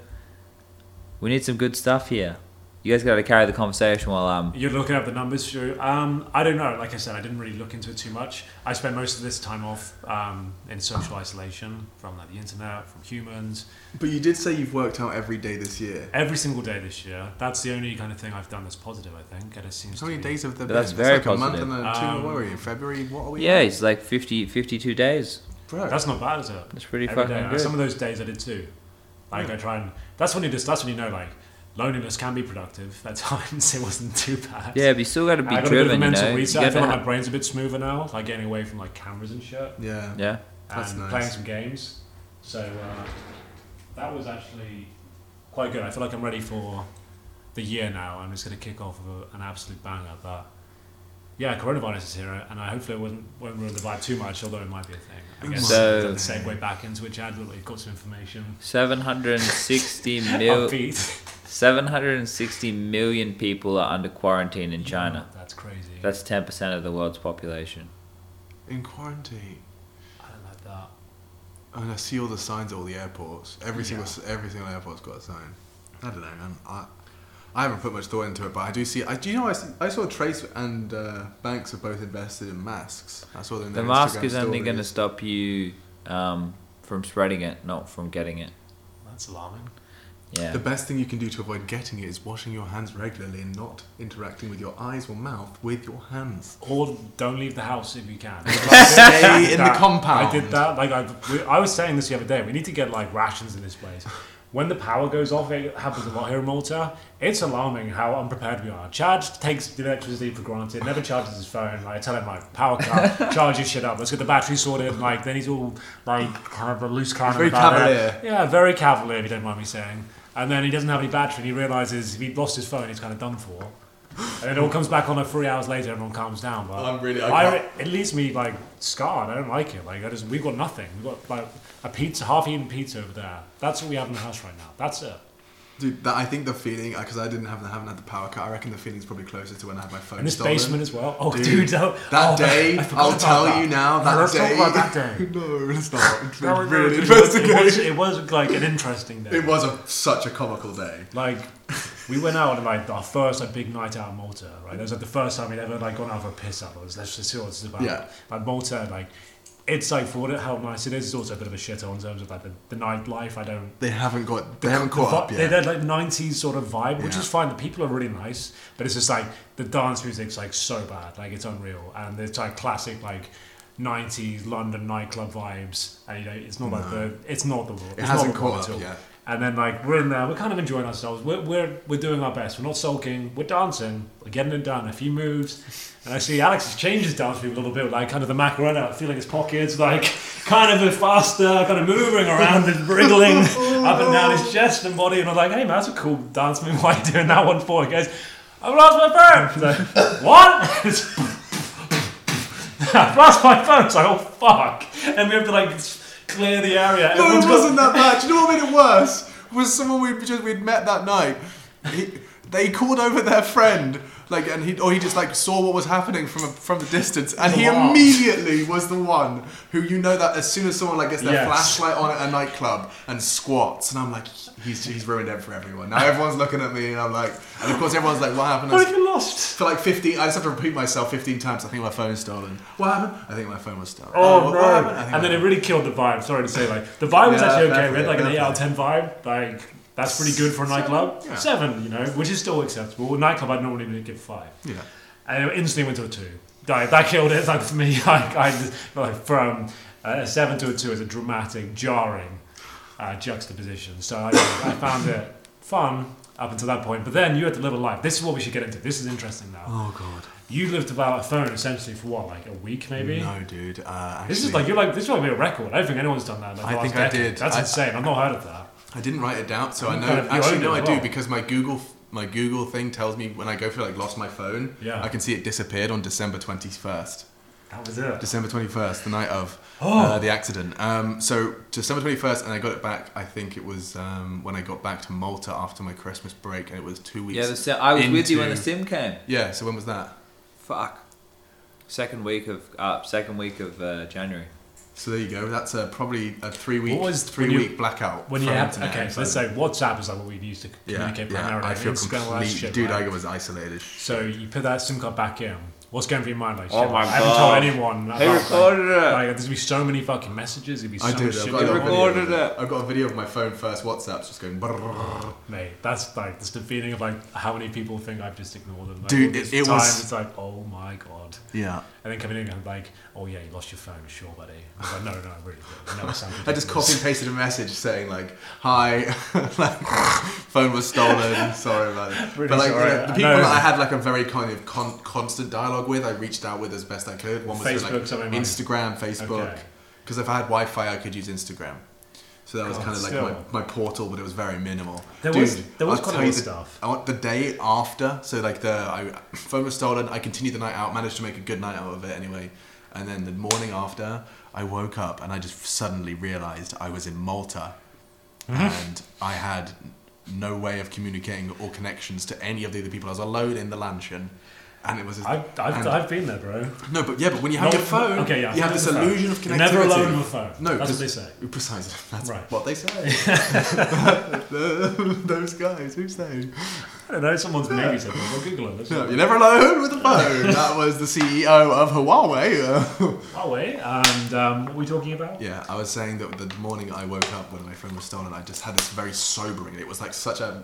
Speaker 3: We need some good stuff here. You guys got to carry the conversation while I'm.
Speaker 2: You're looking up the numbers, sure. Um, I don't know. Like I said, I didn't really look into it too much. I spent most of this time off um, in social isolation from like, the internet, from humans,
Speaker 4: But you did say you've worked out every day this year.
Speaker 2: every single day this year. That's the only kind of thing I've done that's positive, I think. And it seems
Speaker 4: How
Speaker 2: to
Speaker 4: many
Speaker 2: be-
Speaker 4: days have there
Speaker 3: But
Speaker 4: been?
Speaker 3: that's very
Speaker 4: like a
Speaker 3: positive.
Speaker 4: month and a two.
Speaker 2: Um,
Speaker 4: what are we in February? What are we?
Speaker 3: Yeah, it's like 50, 52 days.
Speaker 4: bro.
Speaker 2: That's not bad, is it?
Speaker 3: That's pretty
Speaker 2: Every
Speaker 3: fucking
Speaker 2: day.
Speaker 3: good.
Speaker 2: Some of those days I did too. Like I try and that's when you just that's when you know like loneliness can be productive at times. It wasn't too bad.
Speaker 3: Yeah, but you still got to be
Speaker 2: I got a bit of a
Speaker 3: driven, you
Speaker 2: mental
Speaker 3: know. You
Speaker 2: reset. I
Speaker 3: gotta
Speaker 2: feel like my
Speaker 3: have-
Speaker 2: brain's a bit smoother now, like getting away from like cameras and shit,
Speaker 4: yeah.
Speaker 3: yeah.
Speaker 4: That's
Speaker 2: and
Speaker 4: nice.
Speaker 2: playing some games. So uh, that was actually quite good. I feel like I'm ready for the year now, and it's going to kick off with a, an absolute banger. But yeah, coronavirus is here, and I hopefully it wasn't, won't ruin the vibe too much, although it might be a thing. I guess
Speaker 3: So-
Speaker 2: that's the segue back into which ad that we've got some information.
Speaker 3: 760 mil,
Speaker 2: Upbeat.
Speaker 3: 760 million people are under quarantine in China.
Speaker 2: That's crazy.
Speaker 3: That's 10% of the world's population.
Speaker 4: In quarantine.
Speaker 2: I don't like that.
Speaker 4: I mean, I see all the signs at all the airports. Every
Speaker 2: Yeah.
Speaker 4: single every single airport's got a sign. I don't know, man. I, I haven't put much thought into it, but I do see. I do you know I, see, I saw Trace and uh, Banks have both invested in masks. I saw them. in
Speaker 3: The
Speaker 4: their
Speaker 3: mask
Speaker 4: Instagram
Speaker 3: is only
Speaker 4: stories.
Speaker 3: going to stop you um, from spreading it, not from getting it.
Speaker 2: That's alarming.
Speaker 3: Yeah.
Speaker 4: The best thing you can do to avoid getting it is washing your hands regularly and not interacting with your eyes or mouth with your hands.
Speaker 2: Or don't leave the house if you can.
Speaker 4: Stay in the
Speaker 2: That-
Speaker 4: compound.
Speaker 2: I did that. Like I, we, I was saying this the other day. We need to get like rations in this place. When the power goes off, it happens a lot here in Malta. It's alarming how unprepared we are. Chad takes the electricity for granted. Never charges his phone. Like I tell him, like power cut, charge your shit up. Let's get the battery sorted. Like then he's all like kind of a loose cannon.
Speaker 4: Very
Speaker 2: about it.
Speaker 4: cavalier.
Speaker 2: Yeah, very cavalier. If you don't mind me saying. And then he doesn't have any battery, and he realizes if he lost his phone, he's kind of done for. And it all comes back on like three hours later. Everyone calms down. But
Speaker 4: I'm really- I
Speaker 2: I
Speaker 4: can't-
Speaker 2: re- it leaves me like scarred. I don't like it. Like I just, we've got nothing. We've got like a pizza, half-eaten pizza over there. That's what we have in the house right now. That's it.
Speaker 4: Dude, that, I think the feeling because I didn't have I haven't had the power cut. I reckon the feeling's probably closer to when I had my phone
Speaker 2: And this
Speaker 4: stolen.
Speaker 2: basement as well. Oh,
Speaker 4: Dude,
Speaker 2: dude, that,
Speaker 4: That
Speaker 2: oh,
Speaker 4: day,
Speaker 2: I forgot
Speaker 4: I'll
Speaker 2: about
Speaker 4: tell
Speaker 2: that.
Speaker 4: you now. That
Speaker 2: Let's
Speaker 4: day,
Speaker 2: talk about that day.
Speaker 4: no, let's not. It's been really
Speaker 2: it, was,
Speaker 4: interesting.
Speaker 2: it, was, it was, like an interesting day.
Speaker 4: It was a, such a comical day.
Speaker 2: Like we went out on like our first like big night out in Malta, right? That was like the first time we'd ever like gone out for a piss up. It was let's just see what this is about.
Speaker 4: Yeah.
Speaker 2: Like Malta, like it's like for what it, how nice it is, it's also a bit of a shithole in terms of like the, the nightlife. I don't
Speaker 4: They haven't got. They haven't caught up
Speaker 2: vi-
Speaker 4: yet.
Speaker 2: They're, they're like nineties sort of vibe, which
Speaker 4: Yeah.
Speaker 2: is fine. The people are really nice, but it's just like the dance music's like so bad, like it's unreal, and it's like classic like. 90s London nightclub vibes, and you know it's not like the it's not the it's
Speaker 4: hasn't
Speaker 2: not the
Speaker 4: caught
Speaker 2: one
Speaker 4: up
Speaker 2: at all.
Speaker 4: yet.
Speaker 2: And then like we're in there, we're kind of enjoying ourselves. We're we're, we're doing our best. We're not sulking. We're dancing. We're getting it done. A few moves, and I see Alex has changed his dance move a little bit, like kind of the Macarena, feeling his pockets, like kind of a faster, kind of moving around and wriggling up and down his chest and body. And I'm like, hey man, that's a cool dance move. Why are you doing that one for? He goes, I've lost my phone. He's like, what? It's- I've lost my phone. It's like, oh fuck. And we have to like clear the area.
Speaker 4: No,
Speaker 2: Everyone's
Speaker 4: it
Speaker 2: got-
Speaker 4: wasn't that bad. Do you know what made it worse? Was someone we just we'd met that night. He, they called over their friend, like, and he or he just like saw what was happening from a, from a distance, and he
Speaker 2: Wow.
Speaker 4: immediately was the one who you know that as soon as someone like gets their
Speaker 2: Yes.
Speaker 4: flashlight on at a nightclub and squats, and I'm like, he's he's ruined it for everyone. Now everyone's looking at me, and I'm like, and of course everyone's like, what happened?
Speaker 2: What have you lost?
Speaker 4: for like 15, I just have to repeat myself 15 times. I think my phone is stolen. What happened? I think my phone was stolen.
Speaker 2: Oh,
Speaker 4: what- what
Speaker 2: no!
Speaker 4: happened? I think
Speaker 2: And
Speaker 4: my-
Speaker 2: then it really killed the vibe. Sorry to say, like the vibe was
Speaker 4: Yeah,
Speaker 2: actually okay.
Speaker 4: that's
Speaker 2: We had like
Speaker 4: it,
Speaker 2: an eight out of
Speaker 4: that's
Speaker 2: ten vibe. Like that's pretty good for a nightclub.
Speaker 4: yeah.
Speaker 2: Seven, you know, which is still acceptable. A nightclub, I'd normally would give five.
Speaker 4: yeah.
Speaker 2: And it instantly went to a two. Like, that killed it. Like for me, like I like from a seven to a two is a dramatic, jarring uh, juxtaposition. So I, I found it fun up until that point. But then you had to live a life. This is what we should get into. This is interesting now.
Speaker 4: Oh god.
Speaker 2: You lived without a phone essentially for what, like a week maybe?
Speaker 4: No, dude. Uh, actually,
Speaker 2: This is like you're like this might be a record. I don't think anyone's done that. In the
Speaker 4: I
Speaker 2: last
Speaker 4: think I
Speaker 2: decade.
Speaker 4: did.
Speaker 2: That's
Speaker 4: I-
Speaker 2: insane. I've not heard of that.
Speaker 4: I didn't write it down, so I know.
Speaker 2: kind of- you
Speaker 4: actually,
Speaker 2: own it
Speaker 4: no, I
Speaker 2: as
Speaker 4: do
Speaker 2: well.
Speaker 4: because my Google my Google thing tells me when I go for like lost my phone.
Speaker 2: Yeah.
Speaker 4: I can see it disappeared on December twenty first.
Speaker 2: That was it.
Speaker 4: December twenty first, the night of
Speaker 2: Oh.
Speaker 4: uh, the accident. Um, so December twenty first, and I got it back. I think it was um, when I got back to Malta after my Christmas break, and it was two weeks.
Speaker 3: Yeah, the sim, I was with you when the
Speaker 4: into-
Speaker 3: sim came.
Speaker 4: Yeah, So when was that?
Speaker 3: Fuck. Second week of uh, second week of uh, January.
Speaker 4: So there you go. That's uh, probably a three week
Speaker 2: What was-
Speaker 4: three
Speaker 2: when you-
Speaker 4: week blackout.
Speaker 2: When you
Speaker 4: from
Speaker 2: have
Speaker 4: internet
Speaker 2: okay,
Speaker 4: and
Speaker 2: so let's
Speaker 4: phone.
Speaker 2: say WhatsApp is like what we've used to
Speaker 4: yeah,
Speaker 2: communicate
Speaker 4: yeah.
Speaker 2: primarily.
Speaker 4: I feel
Speaker 2: Instagram, all that
Speaker 4: complete.
Speaker 2: shit,
Speaker 4: Dude,
Speaker 2: right?
Speaker 4: I was isolated.
Speaker 2: So you put that SIM card back in. What's going through your mind? Like,
Speaker 3: Oh
Speaker 2: shit,
Speaker 3: my
Speaker 2: I haven't
Speaker 3: God.
Speaker 2: told anyone. About
Speaker 3: He recorded
Speaker 2: that.
Speaker 3: it.
Speaker 2: Like, there's gonna be so many fucking messages. There'd be so
Speaker 4: I did.
Speaker 2: much
Speaker 4: I've
Speaker 2: shit
Speaker 4: got, a
Speaker 2: going on.
Speaker 3: record.
Speaker 4: video
Speaker 3: recorded
Speaker 4: of it.
Speaker 3: it.
Speaker 4: I've got a video of my phone first WhatsApps just going. brrrr.
Speaker 2: Mate, that's like just the feeling of like how many people think I've just ignored them. Like,
Speaker 4: Dude,
Speaker 2: all this
Speaker 4: it- it
Speaker 2: time,
Speaker 4: was-
Speaker 2: It's like, oh my god.
Speaker 4: Yeah.
Speaker 2: And then coming in and like, oh yeah, you lost your phone, sure, buddy. I was like, no, no, I really did. No, it sounds
Speaker 4: I
Speaker 2: ridiculous.
Speaker 4: just copy and pasted a message saying like, "Hi, like, phone was stolen. Sorry about it."
Speaker 2: Really
Speaker 4: but like
Speaker 2: sorry.
Speaker 4: the, the
Speaker 2: I
Speaker 4: people
Speaker 2: know.
Speaker 4: that I had like a very kind of con- constant dialogue with, I reached out with as best I could. One was through,
Speaker 2: Facebook,
Speaker 4: like
Speaker 2: something like-
Speaker 4: Instagram, Facebook,
Speaker 2: Okay.
Speaker 4: because if I had Wi-Fi, I could use Instagram. So that was
Speaker 2: God,
Speaker 4: kind of like
Speaker 2: still.
Speaker 4: my, my portal, but it was very minimal.
Speaker 2: There
Speaker 4: Dude,
Speaker 2: was- there was
Speaker 4: I'll
Speaker 2: quite a
Speaker 4: tell you
Speaker 2: lot of
Speaker 4: the-
Speaker 2: stuff.
Speaker 4: I want the day after, so like the I, phone was stolen. I continued the night out, managed to make a good night out of it anyway. And then the morning after, I woke up and I just suddenly realized I was in Malta,
Speaker 2: Mm-hmm.
Speaker 4: and I had no way of communicating or connections to any of the other people. I was alone in the mansion, and it was.
Speaker 2: I've, I've,
Speaker 4: and-
Speaker 2: I've been there, bro.
Speaker 4: no, but yeah, but when you have
Speaker 2: Not-
Speaker 4: your phone,
Speaker 2: okay, yeah,
Speaker 4: you have
Speaker 2: not
Speaker 4: this
Speaker 2: the phone.
Speaker 4: illusion of
Speaker 2: You're
Speaker 4: connectivity.
Speaker 2: never alone with a phone.
Speaker 4: No,
Speaker 2: That's what they
Speaker 4: because-
Speaker 2: say.
Speaker 4: Precisely. That's
Speaker 2: Right.
Speaker 4: what they say. Those guys, who say?
Speaker 2: I don't know, someone's maybe said that. Well, Google it. Let's-
Speaker 4: No, you're never alone with a phone. that was the CEO of Huawei.
Speaker 2: Oh, wait. And um, what were we talking about?
Speaker 4: yeah, I was saying that the morning I woke up when my phone was stolen, I just had this very sobering. It was like such a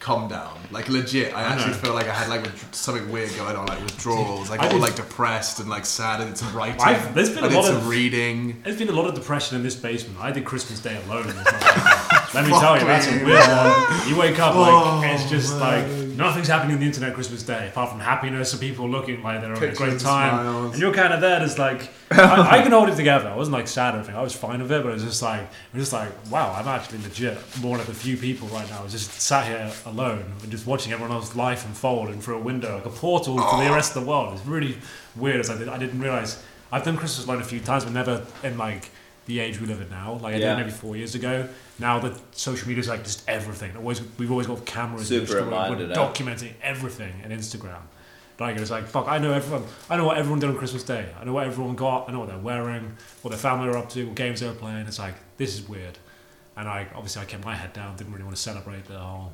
Speaker 4: calm down. Like legit, I actually
Speaker 2: know.
Speaker 4: felt like I had like withdraw- something weird going on, like withdrawals. I got
Speaker 2: did-
Speaker 4: like depressed and like sad and some writing.
Speaker 2: I've- there's been
Speaker 4: I
Speaker 2: a
Speaker 4: did
Speaker 2: lot
Speaker 4: some
Speaker 2: of-
Speaker 4: reading.
Speaker 2: There's been a lot of depression in this basement. I did Christmas Day alone. and it's not like that. Let me tell you, that's a
Speaker 4: Fuck
Speaker 2: weird
Speaker 4: me,
Speaker 2: one. You wake up like it's just
Speaker 4: Oh,
Speaker 2: like nothing's happening on the internet Christmas Day apart from happiness and people looking like they're having a
Speaker 4: Pictures
Speaker 2: great
Speaker 4: and
Speaker 2: time.
Speaker 4: smiles.
Speaker 2: And you're kind of there, just like I, I can hold it together. I wasn't like sad or anything. I was fine with it, but it was just like I'm just like wow, I'm actually legit one of the few people right now who's just sat here alone and just watching everyone else's life unfold and through a window like a portal to the rest of the world. It's really weird. It's like I didn't realize I've done Christmas alone a few times, but never in like the age we live in now. Like I did
Speaker 3: Yeah.
Speaker 2: it maybe four years ago. Now that social media is like just everything. Always we've always got cameras.
Speaker 3: Super
Speaker 2: We're- we're,
Speaker 3: reminded, eh?
Speaker 2: documenting everything in Instagram. Like it's like fuck. I know everyone. I know what everyone did on Christmas Day. I know what everyone got. I know what they're wearing, what their family are up to, what games they're playing. It's like this is weird. And I obviously I kept my head down. Didn't really want to celebrate the whole.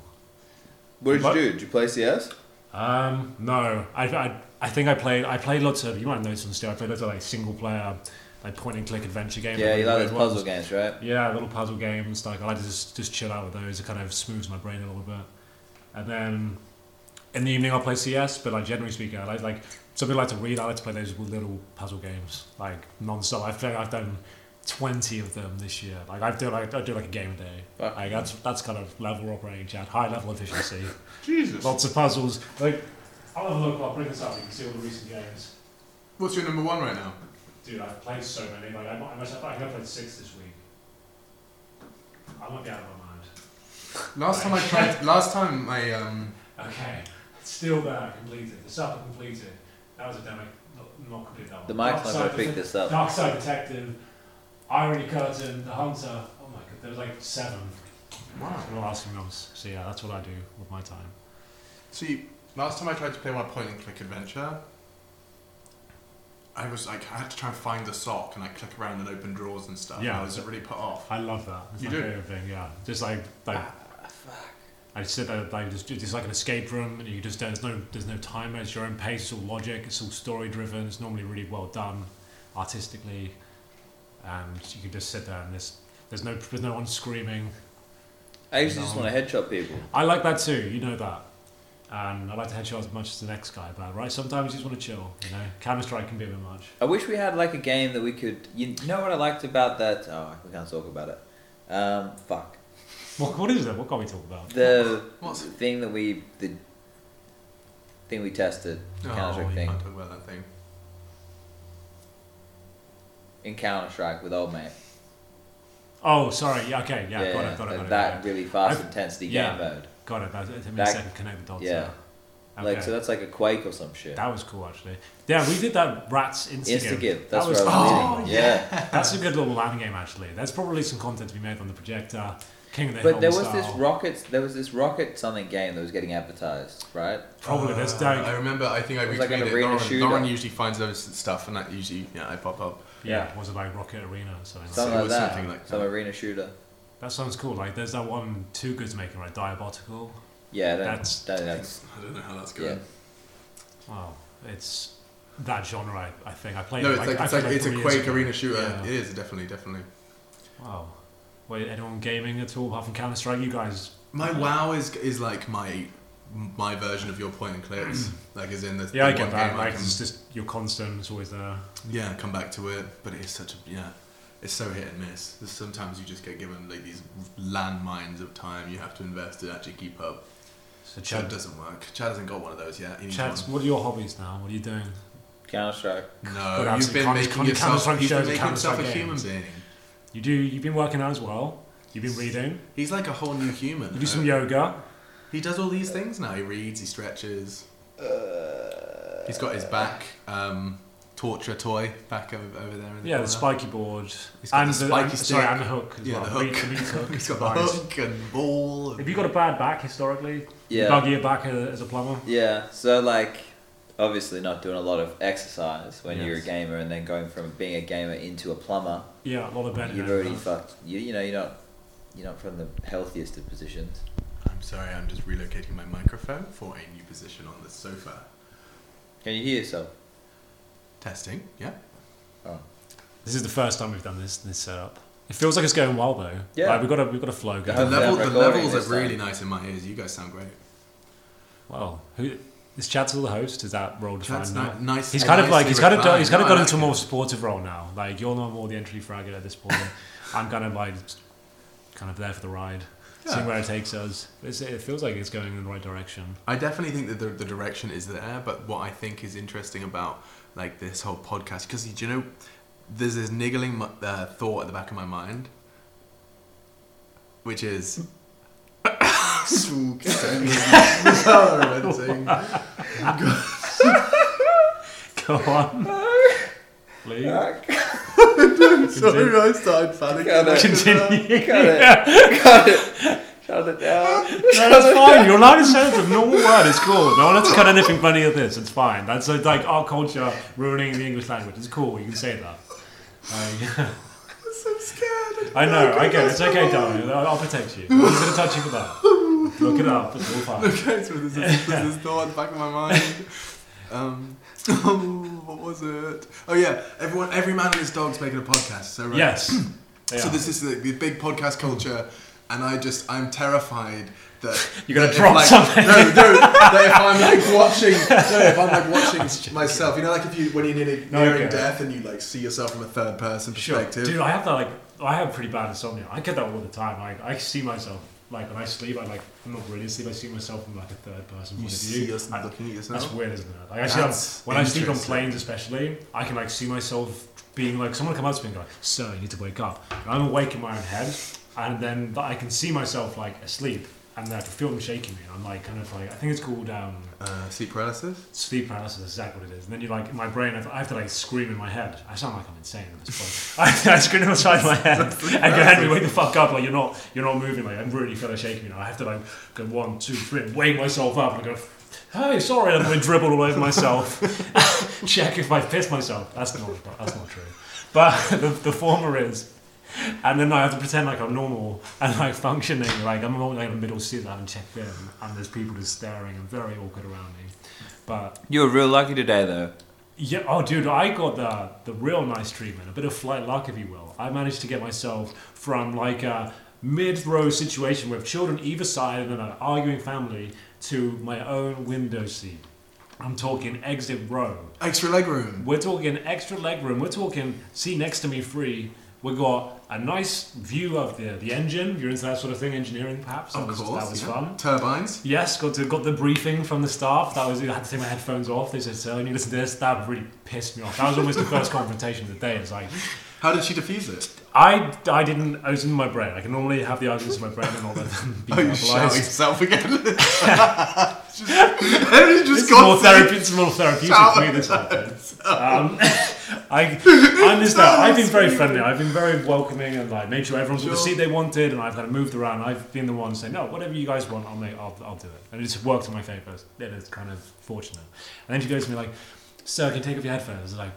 Speaker 3: What did
Speaker 2: But-
Speaker 3: you do? Did you play CS?
Speaker 2: Um, no, I, I, I think I played I played lots of you might know some still. I played lots of like single player, like point and click adventure games.
Speaker 3: Yeah, you like
Speaker 2: Weird
Speaker 3: those
Speaker 2: ones.
Speaker 3: puzzle games, right?
Speaker 2: Yeah, little puzzle games. Like I like to just, just chill out with those. It kind of smooths my brain a little bit. And then in the evening I'll play CS, but like generally speaking, I like like something I like to read. I like to play those little puzzle games like non-stop. I've played, I've done twenty of them this year. Like I do like I do like a game a day.
Speaker 3: Fuck.
Speaker 2: Like that's that's kind of level we're operating chat, high level efficiency,
Speaker 4: Jesus.
Speaker 2: lots of puzzles. Like I'll have a look. I'll bring this up. You can see all the recent games.
Speaker 4: What's your number one right now?
Speaker 2: Dude, I've played so many. Like I, might- I must- I think I played six this week. I might be out of my mind.
Speaker 4: Last time I tried. Last time I um.
Speaker 2: Okay, still there, completed. The supper completed. That was a demo, not, not complete that one.
Speaker 3: The mic's not
Speaker 2: Dark
Speaker 3: going
Speaker 2: Side
Speaker 3: to pick
Speaker 2: Detec-
Speaker 3: this up.
Speaker 2: Dark Side Detective, Irony Curtain, The Hunter. Oh my god, there was like seven
Speaker 4: Wow.
Speaker 2: in the last few months. So yeah, that's what I do with my time.
Speaker 4: See, last time I tried to play my point and click adventure, I was like, I had to try and find the sock and I click around and open drawers and stuff.
Speaker 2: Yeah.
Speaker 4: I was really put off.
Speaker 2: I love that. It's
Speaker 4: You
Speaker 2: my
Speaker 4: do?
Speaker 2: favorite thing. Yeah, just like like. I sit there like just it's like an escape room, and you just there's no there's no timer. It's your own pace. It's all logic. It's all story driven. It's normally really well done, artistically, and you can just sit there and there's there's no there's no one screaming.
Speaker 3: I usually just want to headshot people.
Speaker 2: I like that too. You know that. And I like to headshot as much as the next guy, but right, sometimes you just want to chill. You know, Counter Strike can be a bit much.
Speaker 3: I wish we had like a game that we could. You know what I liked about that? Oh, we can't talk about it. Um, fuck.
Speaker 2: What, what is it? What can we talk about?
Speaker 3: The
Speaker 4: What's-
Speaker 3: thing that we the thing we tested the
Speaker 4: Oh,
Speaker 3: Counter Strike
Speaker 4: you
Speaker 3: thing
Speaker 4: can't talk about that thing.
Speaker 3: in Counter Strike with old mate.
Speaker 2: Oh, sorry. Yeah, okay. Yeah, got it. Got it. Got it.
Speaker 3: that
Speaker 2: Got it.
Speaker 3: really fast
Speaker 2: I've-
Speaker 3: intensity
Speaker 2: yeah.
Speaker 3: game mode.
Speaker 2: Got it. That, it took me a
Speaker 3: That-
Speaker 2: second to connect the dots.
Speaker 3: yeah.
Speaker 2: there.
Speaker 3: Like
Speaker 2: Okay.
Speaker 3: so, that's like a Quake or some shit.
Speaker 2: That was cool, actually. Yeah, we did that rats Instagram.
Speaker 3: Insta give. That's
Speaker 2: that was,
Speaker 3: where I was
Speaker 4: Oh,
Speaker 3: leading.
Speaker 4: yeah.
Speaker 3: yeah.
Speaker 2: that's a good little land game, actually. There's probably some content to be made on the projector. King of the
Speaker 3: But
Speaker 2: Hill
Speaker 3: there was
Speaker 2: style.
Speaker 3: this rocket. There was this rocket something game that was getting advertised, right?
Speaker 2: Probably there's
Speaker 4: Uh, I
Speaker 2: like
Speaker 4: remember. I think I
Speaker 3: It was like an
Speaker 4: retweeted it.
Speaker 3: arena
Speaker 4: Lauren,
Speaker 3: shooter.
Speaker 4: Lauren usually finds those stuff, and that usually yeah, I pop up.
Speaker 2: yeah, was it like Rocket Arena or something?
Speaker 3: Something
Speaker 4: it
Speaker 3: like
Speaker 4: was
Speaker 3: that.
Speaker 4: something like
Speaker 3: Some
Speaker 4: that.
Speaker 3: arena shooter.
Speaker 2: That sounds cool. Like there's that one Too Good's making right, Diabotical.
Speaker 3: Yeah, I don't,
Speaker 2: That's-
Speaker 3: don't,
Speaker 4: I
Speaker 3: know.
Speaker 4: don't know how that's
Speaker 3: Yeah.
Speaker 4: going.
Speaker 2: Wow, it's that genre. I, I think I played.
Speaker 4: No,
Speaker 2: it,
Speaker 4: it's like
Speaker 2: I
Speaker 4: it's
Speaker 2: played
Speaker 4: like it's
Speaker 2: three
Speaker 4: a
Speaker 2: years
Speaker 4: Quake
Speaker 2: ago.
Speaker 4: arena shooter.
Speaker 2: Yeah.
Speaker 4: It is definitely definitely.
Speaker 2: Wow. Wait, anyone gaming at all apart from Counter Strike? You guys
Speaker 4: My WoW is is like my my version of your point and clicks. like is in the
Speaker 2: Yeah, I
Speaker 4: the
Speaker 2: get
Speaker 4: one
Speaker 2: that.
Speaker 4: game um,
Speaker 2: Like,
Speaker 4: can-
Speaker 2: it's just you're constant. It's always there.
Speaker 4: yeah, come back to it. But it's such a yeah, it's so hit and miss. There's Sometimes you just get given like these landmines of time you have to invest to actually keep up.
Speaker 2: So
Speaker 4: Chad
Speaker 2: Chad,
Speaker 4: doesn't work. Chad hasn't got one of those yet. He needs
Speaker 2: Chad's,
Speaker 4: one.
Speaker 2: what are your hobbies now? What are you doing?
Speaker 3: Counter Strike.
Speaker 2: But
Speaker 4: No,
Speaker 2: that's
Speaker 4: you've been
Speaker 2: Counter-
Speaker 4: making
Speaker 2: Counter-
Speaker 4: yourself.
Speaker 2: Counter-Strike
Speaker 4: You've
Speaker 2: shows
Speaker 4: been
Speaker 2: and
Speaker 4: making yourself a
Speaker 2: Counter-Strike
Speaker 4: human
Speaker 2: games.
Speaker 4: being.
Speaker 2: You do. You've been working out as well. You've been reading.
Speaker 4: He's like a whole new human.
Speaker 2: You do some
Speaker 4: though.
Speaker 2: yoga.
Speaker 4: He does all these things now. He reads, he stretches. He's got his back um, torture toy back over, over there. In the
Speaker 2: Yeah,
Speaker 4: corner.
Speaker 2: the spiky board.
Speaker 4: He's got
Speaker 2: And
Speaker 4: the
Speaker 2: the,
Speaker 4: spiky
Speaker 2: and- sorry,
Speaker 4: stick.
Speaker 2: and the hook as
Speaker 4: Yeah,
Speaker 2: well.
Speaker 4: the hook.
Speaker 2: Meat- meat hook.
Speaker 4: He's got the
Speaker 2: Nice.
Speaker 4: hook and ball.
Speaker 2: Have you got a bad back historically?
Speaker 3: Yeah.
Speaker 2: Buggy your back as as a plumber?
Speaker 3: Yeah, so like obviously not doing a lot of exercise when you're a
Speaker 2: Yes.
Speaker 3: gamer and then going from being a gamer into a plumber,
Speaker 2: Yeah, a lot of bending.
Speaker 3: you've
Speaker 2: over.
Speaker 3: already fucked you you know, you're not you're not from the healthiest of positions.
Speaker 4: I'm sorry, I'm just relocating my microphone for a new position on the sofa.
Speaker 3: Can you hear yourself?
Speaker 4: Testing, yeah.
Speaker 3: Oh.
Speaker 2: This is the first time we've done this this setup. It feels like it's going well though.
Speaker 3: Yeah.
Speaker 2: Like, we've got a we've got a flow
Speaker 4: The,
Speaker 3: Yeah,
Speaker 2: going.
Speaker 4: level, the
Speaker 3: recording
Speaker 4: levels
Speaker 3: this
Speaker 4: are really
Speaker 3: time.
Speaker 4: nice in my ears. You guys sound great.
Speaker 2: Well, who is Chad still the host? Is that role defined
Speaker 4: Chad's
Speaker 2: now?
Speaker 4: ni- nice.
Speaker 2: He's kind of
Speaker 4: nicely
Speaker 2: like he's kind of
Speaker 4: refined.
Speaker 2: he's kind of
Speaker 4: No, I
Speaker 2: got
Speaker 4: like
Speaker 2: into a
Speaker 4: it.
Speaker 2: more supportive role now. Like you're no more the entry fragger at this point. I'm kind of like just kind of there for the ride,
Speaker 4: Yeah.
Speaker 2: seeing where it takes us. It's, it feels like it's going in the right direction.
Speaker 4: I definitely think that the, the direction is there, but what I think is interesting about like this whole podcast, because you know, there's this niggling mu- uh, thought at the back of my mind, which is. Swook.
Speaker 2: Go on, please
Speaker 4: Sorry, I started panicking.
Speaker 2: continue.
Speaker 3: Cut it. Cut it. Shut it down.
Speaker 2: No, that's fine. You're allowed to say it's a normal word. It's cool. No one has to cut anything from any of this. It's fine. That's uh, like our culture ruining the English language. It's cool. You can say that. I,
Speaker 4: I'm so scared.
Speaker 2: I know. I get it. It's okay, darling. I'll, I'll protect you. I'm not going to touch you for that. Look it up. It's all fine.
Speaker 4: Okay, so there's this, there's this thought at the back of my mind. Um, oh, what was it? Oh yeah, everyone, every man and his dog's making a podcast. So right.
Speaker 2: Yes. They
Speaker 4: So
Speaker 2: are.
Speaker 4: this is the, the big podcast culture, and I just I'm terrified that
Speaker 2: You're gonna
Speaker 4: that if,
Speaker 2: drop
Speaker 4: like,
Speaker 2: something.
Speaker 4: No, no. That if I'm like watching, no, if I'm like watching myself, you know, like if you when you're nearing,
Speaker 2: No,
Speaker 4: nearing
Speaker 2: okay.
Speaker 4: death and you like see yourself from a third person
Speaker 2: Sure.
Speaker 4: perspective.
Speaker 2: Dude, I have that like. I have pretty bad insomnia. I get that all the time. Like I see myself. Like when I sleep, I like. I'm not really asleep. I see myself from like a third person
Speaker 4: you
Speaker 2: point of
Speaker 4: see
Speaker 2: view.
Speaker 4: yourself
Speaker 2: I-
Speaker 4: looking at yourself.
Speaker 2: That's weird, isn't it? Like, I see that-
Speaker 4: That's
Speaker 2: when I sleep on
Speaker 4: interesting.
Speaker 2: planes, especially, I can like see myself being like someone come up to me and go, "Sir, you need to wake up." And I'm awake in my own head, and then but I can see myself like asleep, and then I can feel them shaking me. And I'm like, kind of like, I think it's called um,
Speaker 4: Uh, sleep paralysis.
Speaker 2: sleep paralysis. Is exactly what it is. And then you like, in my brain, I have, I have to like scream in my head. I sound like I'm insane at this point. I, I scream inside my head and go, "Henry, wake the fuck up!" Like you're not, you're not moving. Like I'm really feeling shaking. You know, I have to like go one, two, three, and wake myself up and I go. Hey, sorry, I'm going to dribble all over myself. Check if I piss myself. That's not, that's not true. But the, the former is. And then I have to pretend like I'm normal and like functioning. Like I'm not like in the middle seat. I haven't checked in. And there's people just staring and very awkward around me. But
Speaker 3: You were real lucky today though.
Speaker 2: yeah, oh, dude, I got the the real nice treatment, a bit of flight luck, if you will. I managed to get myself from like a mid-row situation with children either side and an arguing family to my own window seat. I'm talking exit row.
Speaker 4: Extra leg room.
Speaker 2: We're talking extra leg room. We're talking seat next to me free. We got a nice view of the the engine. You're into that sort of thing, engineering, perhaps.
Speaker 4: Of
Speaker 2: that was,
Speaker 4: course.
Speaker 2: that was
Speaker 4: yeah.
Speaker 2: fun.
Speaker 4: Turbines.
Speaker 2: Yes, got to, got the briefing from the staff. That was I had to take my headphones off. They said, "Sir, you listen to this." That really pissed me off. That was almost the first confrontation of the day. It's like
Speaker 4: How did she defuse it?
Speaker 2: I, I didn't. I was in my brain. I can normally have the arguments in my brain and all that. Be
Speaker 4: Oh, you shout
Speaker 2: verbalized.
Speaker 4: yourself again. just, Henry just
Speaker 2: It's more
Speaker 4: got
Speaker 2: therapy. It's more therapeutic for me this time. Um, I, I understand. I've been very friendly. I've been very welcoming and like made sure everyone's got the
Speaker 4: Sure.
Speaker 2: seat they wanted, and I've kind of moved around. I've been the one saying, "No, whatever you guys want, I'll make. I'll, I'll do it." And it's worked in my favour. It is kind of fortunate. And then she goes to me like, "Sir, can you take off your headphones?" I was like,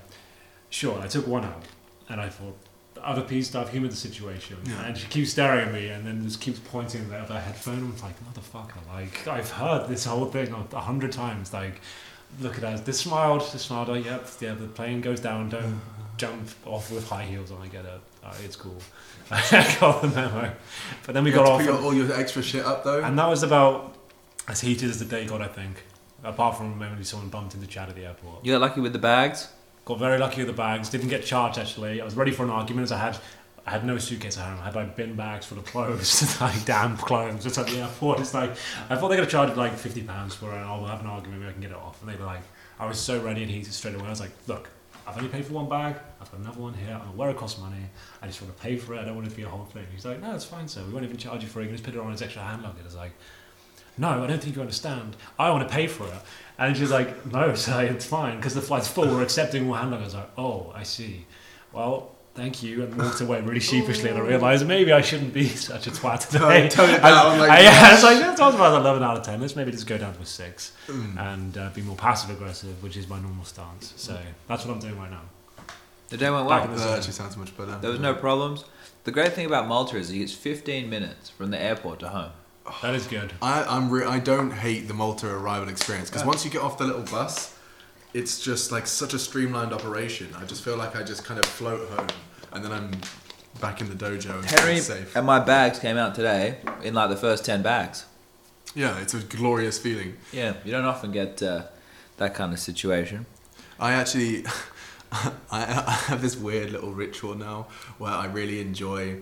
Speaker 2: "Sure." And I took one out, and I thought. The other piece, I've humoured the situation,
Speaker 4: Yeah.
Speaker 2: and she keeps staring at me, and then just keeps pointing at the other headphone. I'm like, motherfucker! Like I've heard this whole thing a a hundred times. Like look at us. This smiled, this smiled. Oh, yep, yeah. The plane goes down.
Speaker 4: Uh-huh.
Speaker 2: Don't jump off with high heels on. I get it. Uh, it's cool. I got the memo. But then we
Speaker 4: You
Speaker 2: got
Speaker 4: had to
Speaker 2: off,
Speaker 4: put your-
Speaker 2: and,
Speaker 4: all your extra shit up though.
Speaker 2: and that was about as heated as the day got. I think, apart from maybe someone bumped into Chad at the airport.
Speaker 3: You got lucky with the bags?
Speaker 2: Got very lucky with the bags. Didn't get charged actually. I was ready for an argument. As I had, I had no suitcase at home. I had like bin bags full of clothes, like damp clothes. It's at the airport. It's like I thought they were gonna charge like Oh, fifty pounds for it. I'll have an argument. Maybe I can get it off. And they were like, I was so ready and heated straight away. I was like, look, I've only paid for one bag. I've got another one here. I know where it costs money. I just want to pay for it. I don't want it to be a whole thing. He's like, no, it's fine, sir. We won't even charge you for it. You can just put it on his extra hand luggage. I was like, no, I don't think you understand. I want to pay for it. And she's like, no, sir, it's fine because the flight's full. We're accepting more hand luggage. I was like, oh, I see. Well, thank you. And walked away really sheepishly. And I realised maybe I shouldn't be such a twat today.
Speaker 4: Tone- Oh. tone it down,
Speaker 2: I,
Speaker 4: like-
Speaker 2: I, I was like, that sounds about 11 out of 10. Let's maybe just go down to a 6
Speaker 4: Mm.
Speaker 2: and uh, be more passive aggressive, which is my normal stance. So that's what I'm doing right now.
Speaker 3: The day went
Speaker 2: Back in
Speaker 3: well.
Speaker 2: the-
Speaker 4: That actually sounds much better.
Speaker 3: There was no problems. The great thing about Malta is it's 15 minutes from the airport to home.
Speaker 2: That is good.
Speaker 4: I, I'm re- I don't hate the Malta arrival experience because once you get off the little bus, it's just like such a streamlined operation. I just feel like I just kind of float home and then I'm back in the dojo and
Speaker 3: Henry
Speaker 4: it's safe.
Speaker 3: and my bags came out today in like the first 10 bags.
Speaker 4: Yeah, it's a glorious feeling.
Speaker 3: Yeah, you don't often get uh, that kind of situation.
Speaker 4: I actually, I, I have this weird little ritual now where I really enjoy